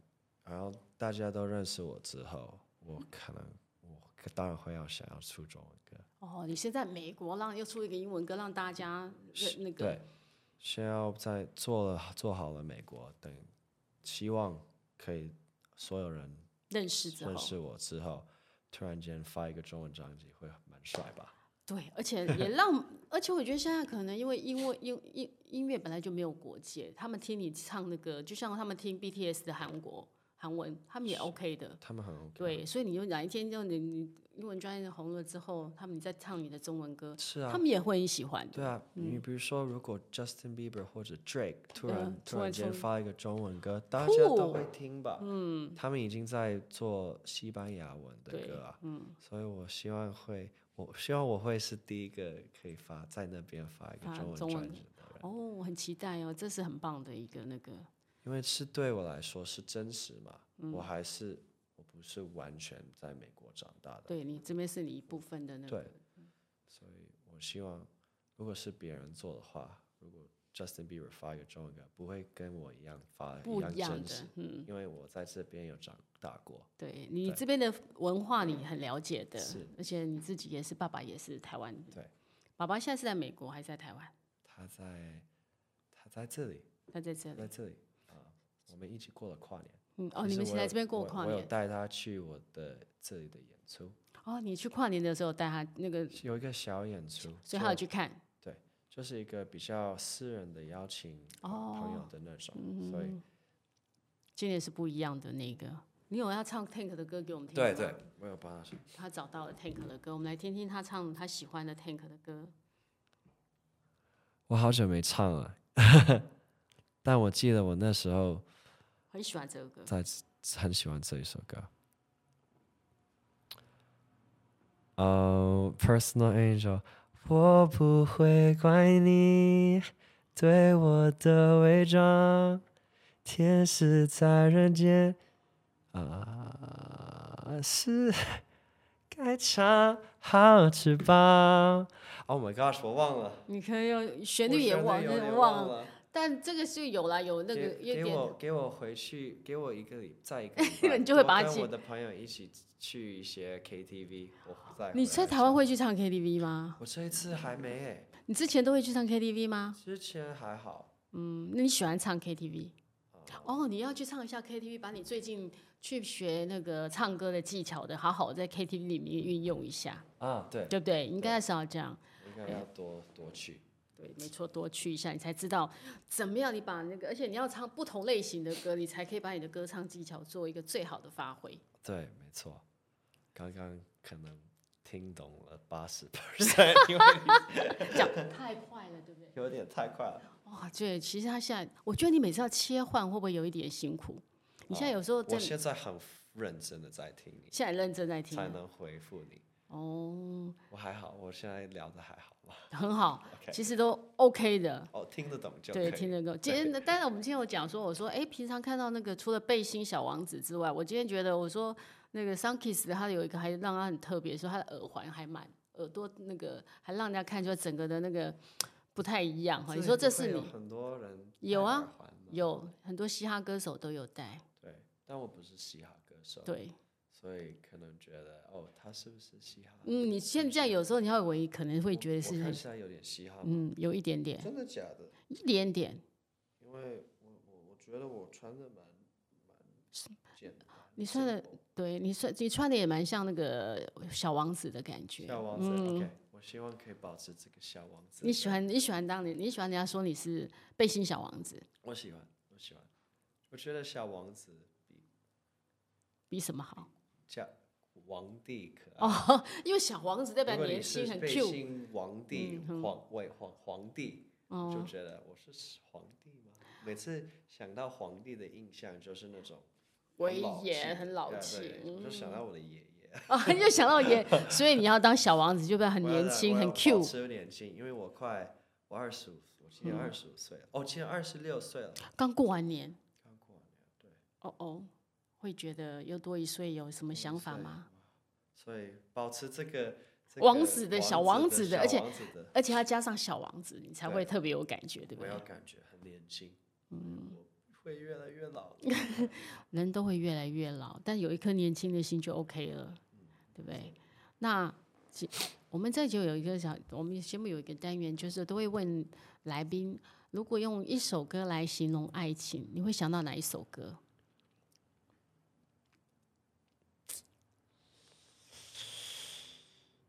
S2: 然后大家都认识我之后，我可能我当然会要想要出中文歌，
S1: 哦，你现在美国让又出一个英文歌让大家那那个
S2: 对，先要在做了做好了美国，等希望可以所有人
S1: 认识之后
S2: 认，识我之后，突然间发一个中文专辑会蛮帅吧？
S1: 对，而且 也让，而且我觉得现在可能因为因为音音音乐本来就没有国界，他们听你唱那个，就像他们听 BTS 的韩国韩文，他们也 OK 的。
S2: 他们很 OK。，
S1: 呃对，所以你有哪一天就你你英文专业红了之后，他们你再唱你的中文歌，
S2: 是啊
S1: 他，们也会很喜欢的。
S2: 对啊。你比如说，如果 Justin Bieber 或者 Drake 突
S1: 对啊
S2: 然
S1: 突
S2: 突
S1: 然
S2: 然间
S1: 出
S2: 发一个中文歌，大家都
S1: 酷
S2: 会听吧？嗯，他们已经在做西班牙文的
S1: 对
S2: 歌啊，嗯，所以我希望会，我希望我会是第一个可以发在那边发一个
S1: 发
S2: 中文
S1: 中文
S2: 专辑的人，
S1: 哦，我很期待哦，这是很棒的一个那个，
S2: 因为是对我来说是真实嘛，
S1: 嗯
S2: 我还是我不是完全在美国长大的。
S1: 对你这边是你一部分的那个嗯
S2: 对，所以我希望，如果是别人做的话，如果 Justin Bieber 发一个中文歌，不会跟我一样发
S1: 不
S2: 样
S1: 一样
S2: 真
S1: 的
S2: 实，，
S1: 嗯，
S2: 因为我在这边有长大过。
S1: 对你这边的文化你很了解的
S2: 是，
S1: 而且你自己也是爸爸也是台湾人，
S2: 对，
S1: 爸爸现在是在美国还是在台湾？
S2: 他在，他在这里，
S1: 他在这里，
S2: 他在这里啊、我们一起过了跨年。
S1: 嗯，哦，
S2: 就
S1: 你
S2: 是
S1: 们一
S2: 我
S1: 起来
S2: 有
S1: 这边过
S2: 我
S1: 跨
S2: 我有
S1: 年，
S2: 带他去我的这里的演出，
S1: 哦，你去跨年的时候带他那个，
S2: 有一个小演出，
S1: 所以他有
S2: 就
S1: 去看，
S2: 对，就是一个比较私人的邀请呃
S1: 哦
S2: 朋友的那种，
S1: 嗯
S2: 所以
S1: 今年是不一样的那个。你有要唱 Tank 的歌给我们听吗？
S2: 对对，我有帮他去
S1: 他找到了 Tank 的歌，我们来听听他唱他喜欢的 Tank 的歌。
S2: 我好久没唱了，但我记得我那时候
S1: 很喜欢这个歌，
S2: 在很喜欢这一首歌。哦、p e r s o n a l Angel，我不会怪你对我的伪装，天使在人间啊、是该长好翅膀。Oh my gosh，我忘了，
S1: 你可以用旋
S2: 我
S1: 律也
S2: 旋律
S1: 忘
S2: 有点
S1: 忘了，
S2: 了。
S1: 但这个是有啦，有那个有
S2: 给给
S1: 点
S2: 我给我回去，给我一个礼，再一个礼
S1: 你
S2: 拜
S1: 就会
S2: 多
S1: 把它
S2: 跟
S1: 记
S2: 我的朋友一起去一些 KTV，我再
S1: 你
S2: 回
S1: 在
S2: 来
S1: 台湾
S2: 唱？
S1: 会去唱 KTV 吗？
S2: 我这一次还没诶，
S1: 你之前都会去唱 KTV 吗？
S2: 之前还好。
S1: 嗯，那你喜欢唱 KTV？哦，你要去唱一下 KTV，把你最近去学那个唱歌的技巧的，好好在 KTV 里面运用一下，
S2: 啊，对，
S1: 对不对？应该是要这样。
S2: 应该要多多去。
S1: 对，没错，多去一下，你才知道怎么样你把那个，而且你要唱不同类型的歌，你才可以把你的歌唱技巧做一个最好的发挥。
S2: 对，没错。刚刚可能听懂了八十 percent，因为
S1: 讲太快了，对不对？
S2: 有点太快了。
S1: 哇，对，其实他现在，我觉得你每次要切换会不会有一点辛苦？你现在有时候
S2: 我
S1: 哦真
S2: 现在很认真的在听你，
S1: 现在认真在听
S2: 才能回复你。
S1: 哦，
S2: 我还好，我现在聊的还好吗？
S1: 很好
S2: OK
S1: 其实都 OK 的。
S2: 哦，听得懂就可
S1: 对，
S2: 以。
S1: 听得懂。今天，当然我们今天有讲说，我说，哎，平常看到那个除了背心小王子之外，我今天觉得我说那个 Sunkiss 他有一个还让他很特别，说他的耳环还蛮耳朵那个还让人家看出来整个的那个不太一样哈。你说这是
S2: 会有
S1: 你
S2: 很多人
S1: 有
S2: 戴
S1: 啊
S2: 耳环吗？
S1: 有很多嘻哈歌手都有戴，
S2: 对，但我不是啊嘻哈歌手，
S1: 对，
S2: 所以可能觉得哦，他是不是嘻哈？
S1: 嗯，你现在有时候你要唯一可能会觉得
S2: 我
S1: 是
S2: 看
S1: 很
S2: 起来有点嘻哈吗，
S1: 嗯有一点点
S2: 真的假的？
S1: 一点点，
S2: 因为我我我觉得我穿的蛮蛮简单，
S1: 你穿的对你穿你穿的也蛮像那个小王子的感觉，
S2: 小王子、o k 我希望可以保持这个小王子。
S1: 嗯你喜欢你喜欢当你你喜欢人家说你是背心小王子，
S2: 我喜欢，我喜欢，我觉得小王子比
S1: 比什么好？
S2: 叫皇帝可爱。
S1: 哦，因为小王子代表
S2: 如果
S1: 年
S2: 你
S1: 轻
S2: 是
S1: 很嗯
S2: 背
S1: Q，
S2: 心皇帝、皇位皇皇帝，
S1: 哦
S2: 就觉得我是皇帝吗？每次想到皇帝的印象就是那种很
S1: 威
S2: 老
S1: 严
S2: 气
S1: 很老
S2: 对
S1: 气嗯
S2: 对我就想到我的爷爷。
S1: 哦，你就想到也， 所以你要当小王子就表很
S2: 我要
S1: 年
S2: 在
S1: 轻
S2: 我
S1: 很
S2: 要
S1: Q
S2: 保。持年轻，因为我快我二十五，我今年
S1: 嗯
S2: 二十五岁了，哦，今年二十六岁了，
S1: 刚过完年，
S2: 刚过完年，对，
S1: 哦哦，会觉得又多一岁，有什么想法
S2: 所以
S1: 吗？？
S2: 所以保持这个。这
S1: 王
S2: 个
S1: 子的小王子的而且
S2: 小王子的
S1: 而且要加上小王子，你才会特别有感觉，对不
S2: 我
S1: 对
S2: 要？感觉很年轻，嗯，我会越来越老 的
S1: 人都会越来越老，但有一颗年轻的心就 OK 了，对不对？那其我们这就有一个小，我们节目有一个单元，就是都会问来宾，如果用一首歌来形容爱情，你会想到哪一首歌？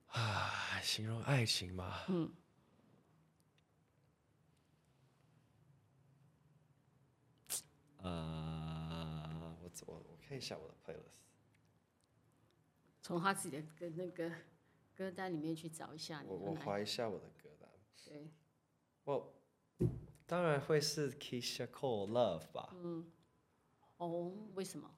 S2: 啊，形容爱情嘛，嗯，啊，我我我看一下我的 playlist，
S1: 从他自己的歌那个歌单里面去找一下，你
S2: 我
S1: 会
S2: 我
S1: 来
S2: 划一下我的歌单，
S1: 对
S2: 我当然会是 Keisha Cole Love 吧，
S1: 嗯哦，为什么？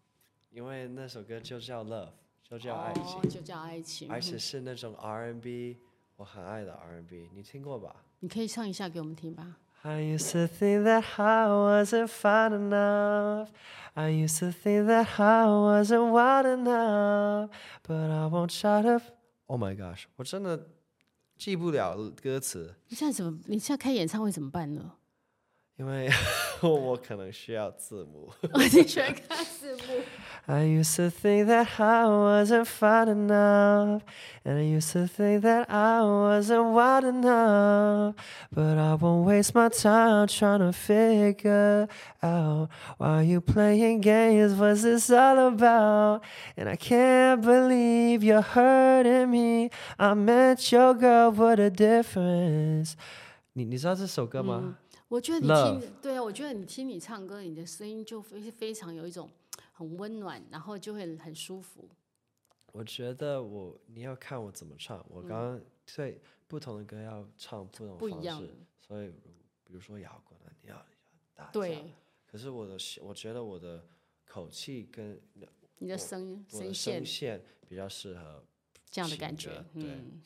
S2: 因为那首歌就叫 Love，就叫爱情，
S1: 哦、就叫爱情。
S2: 而且是那种 R&B，我很爱的 R&B，你听过吧？
S1: 你可以唱一下给我们听吧。
S2: I used to think that I wasn't fine enough. I used to think that I wasn't wild enough, but I won't shut up. Oh my gosh，我真的记不了歌词，
S1: 你现在怎么？你现在开演唱会怎么办呢？
S2: 因为 我可能需要字母。
S1: 我你喜欢看字幕。
S2: I used to think that I wasn't fine enough, and I used to think that I wasn't wild enough. But I won't waste my time trying to figure out why you playing games. What's this all about? And I can't believe you're hurting me. I met your girl, what a difference. 你你知道这首歌吗？
S1: 嗯我觉得你
S2: Love
S1: 听，对啊，我觉得你听你唱歌，你的声音就非非常有一种很温暖，然后就会很舒服。
S2: 我觉得我你要看我怎么唱，我刚刚对不同的歌要唱不同
S1: 嗯不一
S2: 方
S1: 样
S2: 式
S1: 的，
S2: 所以如比如说摇滚啊，你要大家，
S1: 对，
S2: 可是我的我觉得我的口气跟
S1: 你的声
S2: 我的
S1: 声线
S2: 声线比较适合
S1: 这样的感
S2: 情
S1: 觉
S2: 歌，对
S1: 嗯，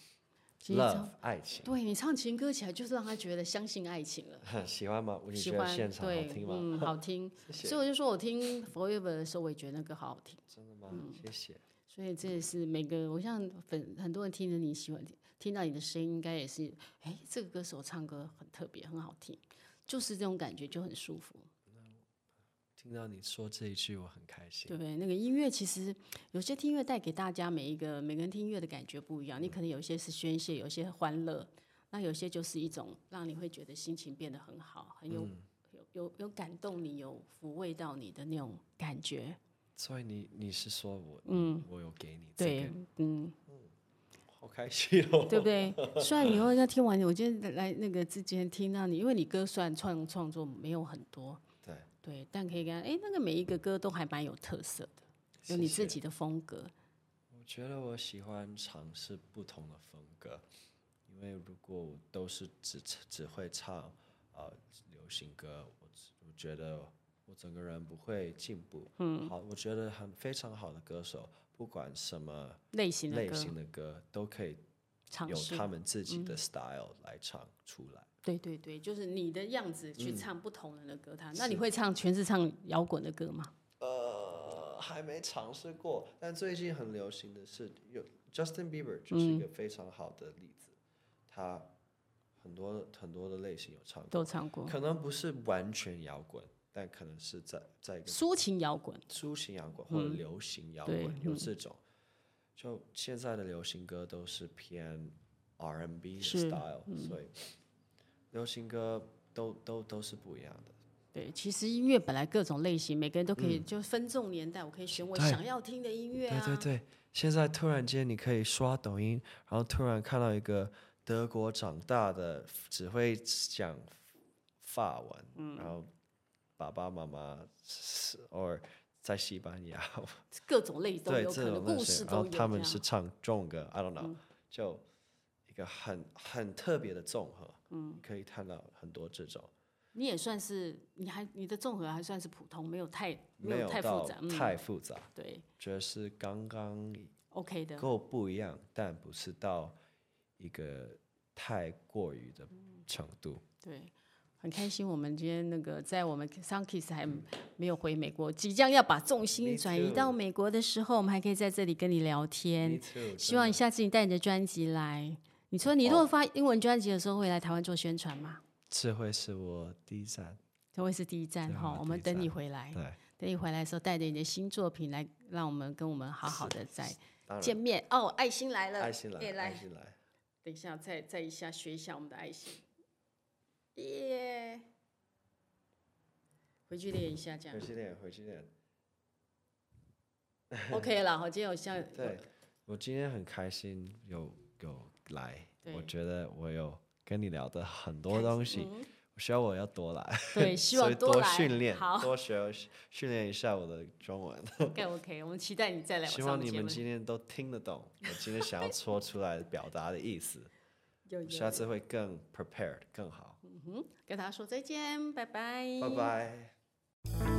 S1: 其实唱
S2: love 爱情，
S1: 对你唱情歌起来，就是让他觉得相信爱情了。
S2: 喜欢吗？你
S1: 喜
S2: 觉得
S1: 欢
S2: 现场好
S1: 对，
S2: 听吗？
S1: 嗯，好听。
S2: 谢
S1: 所以我就说我听 Forever 的时候，我也觉得那歌好好听。
S2: 真的吗？
S1: 嗯
S2: 谢谢。
S1: 所以这也是每个，我像粉很多人听着你喜欢听到你的声音，应该也是，哎，这个歌手唱歌很特别，很好听，就是这种感觉就很舒服。
S2: 听到你说这一句，我很开心。
S1: 对不对？那个音乐其实有些听音乐带给大家每一个每个人听音乐的感觉不一样，你可能有一些是宣泄，有一些欢乐，那有些就是一种让你会觉得心情变得很好，很有、有有有感动你，有抚慰到你的那种感觉。
S2: 所以你你是说我，嗯，我有给你这
S1: 对
S2: 个，
S1: 嗯，
S2: 好开心 哦！
S1: 对不对？虽然以后要听完，我今天来那个之前听到你，因为你歌虽然创创作没有很多，
S2: 对
S1: 对，但可以跟哎，那个每一个歌都还蛮有特色的，有你自己的风格。
S2: 我觉得我喜欢尝试不同的风格，因为如果我都是只只会唱呃流行歌，我只我觉得我整个人不会进步。嗯，好，我觉得很非常好的歌手，不管什么
S1: 类型的
S2: 类
S1: 歌
S2: 型的歌，嗯都可以
S1: 尝
S2: 有
S1: 试
S2: 他，们自己的 style 来唱出来。
S1: 对对对，就是你的样子
S2: 嗯
S1: 去唱不同人的歌。他、那你会唱全是唱摇滚的歌吗？
S2: 呃，还没尝试过，但最近很流行的是有 Justin Bieber 就是一个非常好的例子，他很多很多的类型有唱
S1: 都唱过，
S2: 可能不是完全摇滚，但可能是在在一个
S1: 抒情摇滚。
S2: 抒情摇滚或者流行摇滚、
S1: 对
S2: 有这种。就现在的流行歌都是偏 R&B 的
S1: 是
S2: style，、所以流行歌都都都是不一样的。
S1: 对，其实音乐本来各种类型，每个人都可以，就分众年代，我可以选我
S2: 嗯对
S1: 想要听的音乐啊。
S2: 对对对，现在突然间你可以刷抖音，然后突然看到一个德国长大的只会讲法文，然后爸爸妈妈 是或在西班牙，
S1: 各种类都
S2: 对
S1: 有，可
S2: 这
S1: 能
S2: 种类
S1: 故事
S2: 型，然
S1: 都
S2: 后
S1: 有。嗯
S2: 他们是唱重歌，I don't know，、就一个很很特别的综合，嗯，可以看到很多这种，
S1: 你也算是，你还你的综合还算是普通，没有太没
S2: 有
S1: 太
S2: 到
S1: 复杂，嗯，
S2: 太复杂，
S1: 对
S2: 觉得是刚刚
S1: ，OK 的，
S2: 够不一样，但不是到一个太过于的程度。
S1: 对，很开心我们今天那个在我们 Sunkiss 还没有回美国，即将要把重心
S2: Me
S1: 转移到美国的时候，我们还可以在这里跟你聊天。
S2: too，
S1: 嗯希望下次你带你的专辑来。你说你如果发英文专辑的时候会来台湾做宣传吗？
S2: 这会是我第一站。
S1: 这会是第一站
S2: 对
S1: 哈
S2: 我，
S1: 我们
S2: 第一
S1: 等你
S2: 站
S1: 回来。
S2: 对，
S1: 等你回来的时候，带着你的新作品来，让我们跟我们好好的再
S2: 当然
S1: 见面。哦，爱心来了，
S2: 爱心
S1: 也
S2: 来，
S1: 来
S2: 爱，心来。
S1: 等一下，再再一下学一下我们的爱心，耶、回去练一下，这 样
S2: 回去练，回去练。
S1: OK 了。我今天有像
S2: 对，我今天很开心有有来，
S1: 对
S2: 我觉得我有跟你聊的很多东西，我希望我要多来，
S1: 嗯 对， 希望
S2: 所以多
S1: 来
S2: 训练，
S1: 好
S2: 多学训练一下我的中文。
S1: ，OK OK，我们期待你再 来
S2: 希
S1: 上我
S2: 望你
S1: 节
S2: 们
S1: 目。
S2: 今天都听得懂我今天想要说出来表达的意 思。
S1: 有有
S2: 下次会更
S1: 嗯
S2: prepared 更好。
S1: 跟大家说再见，拜拜，
S2: 拜拜。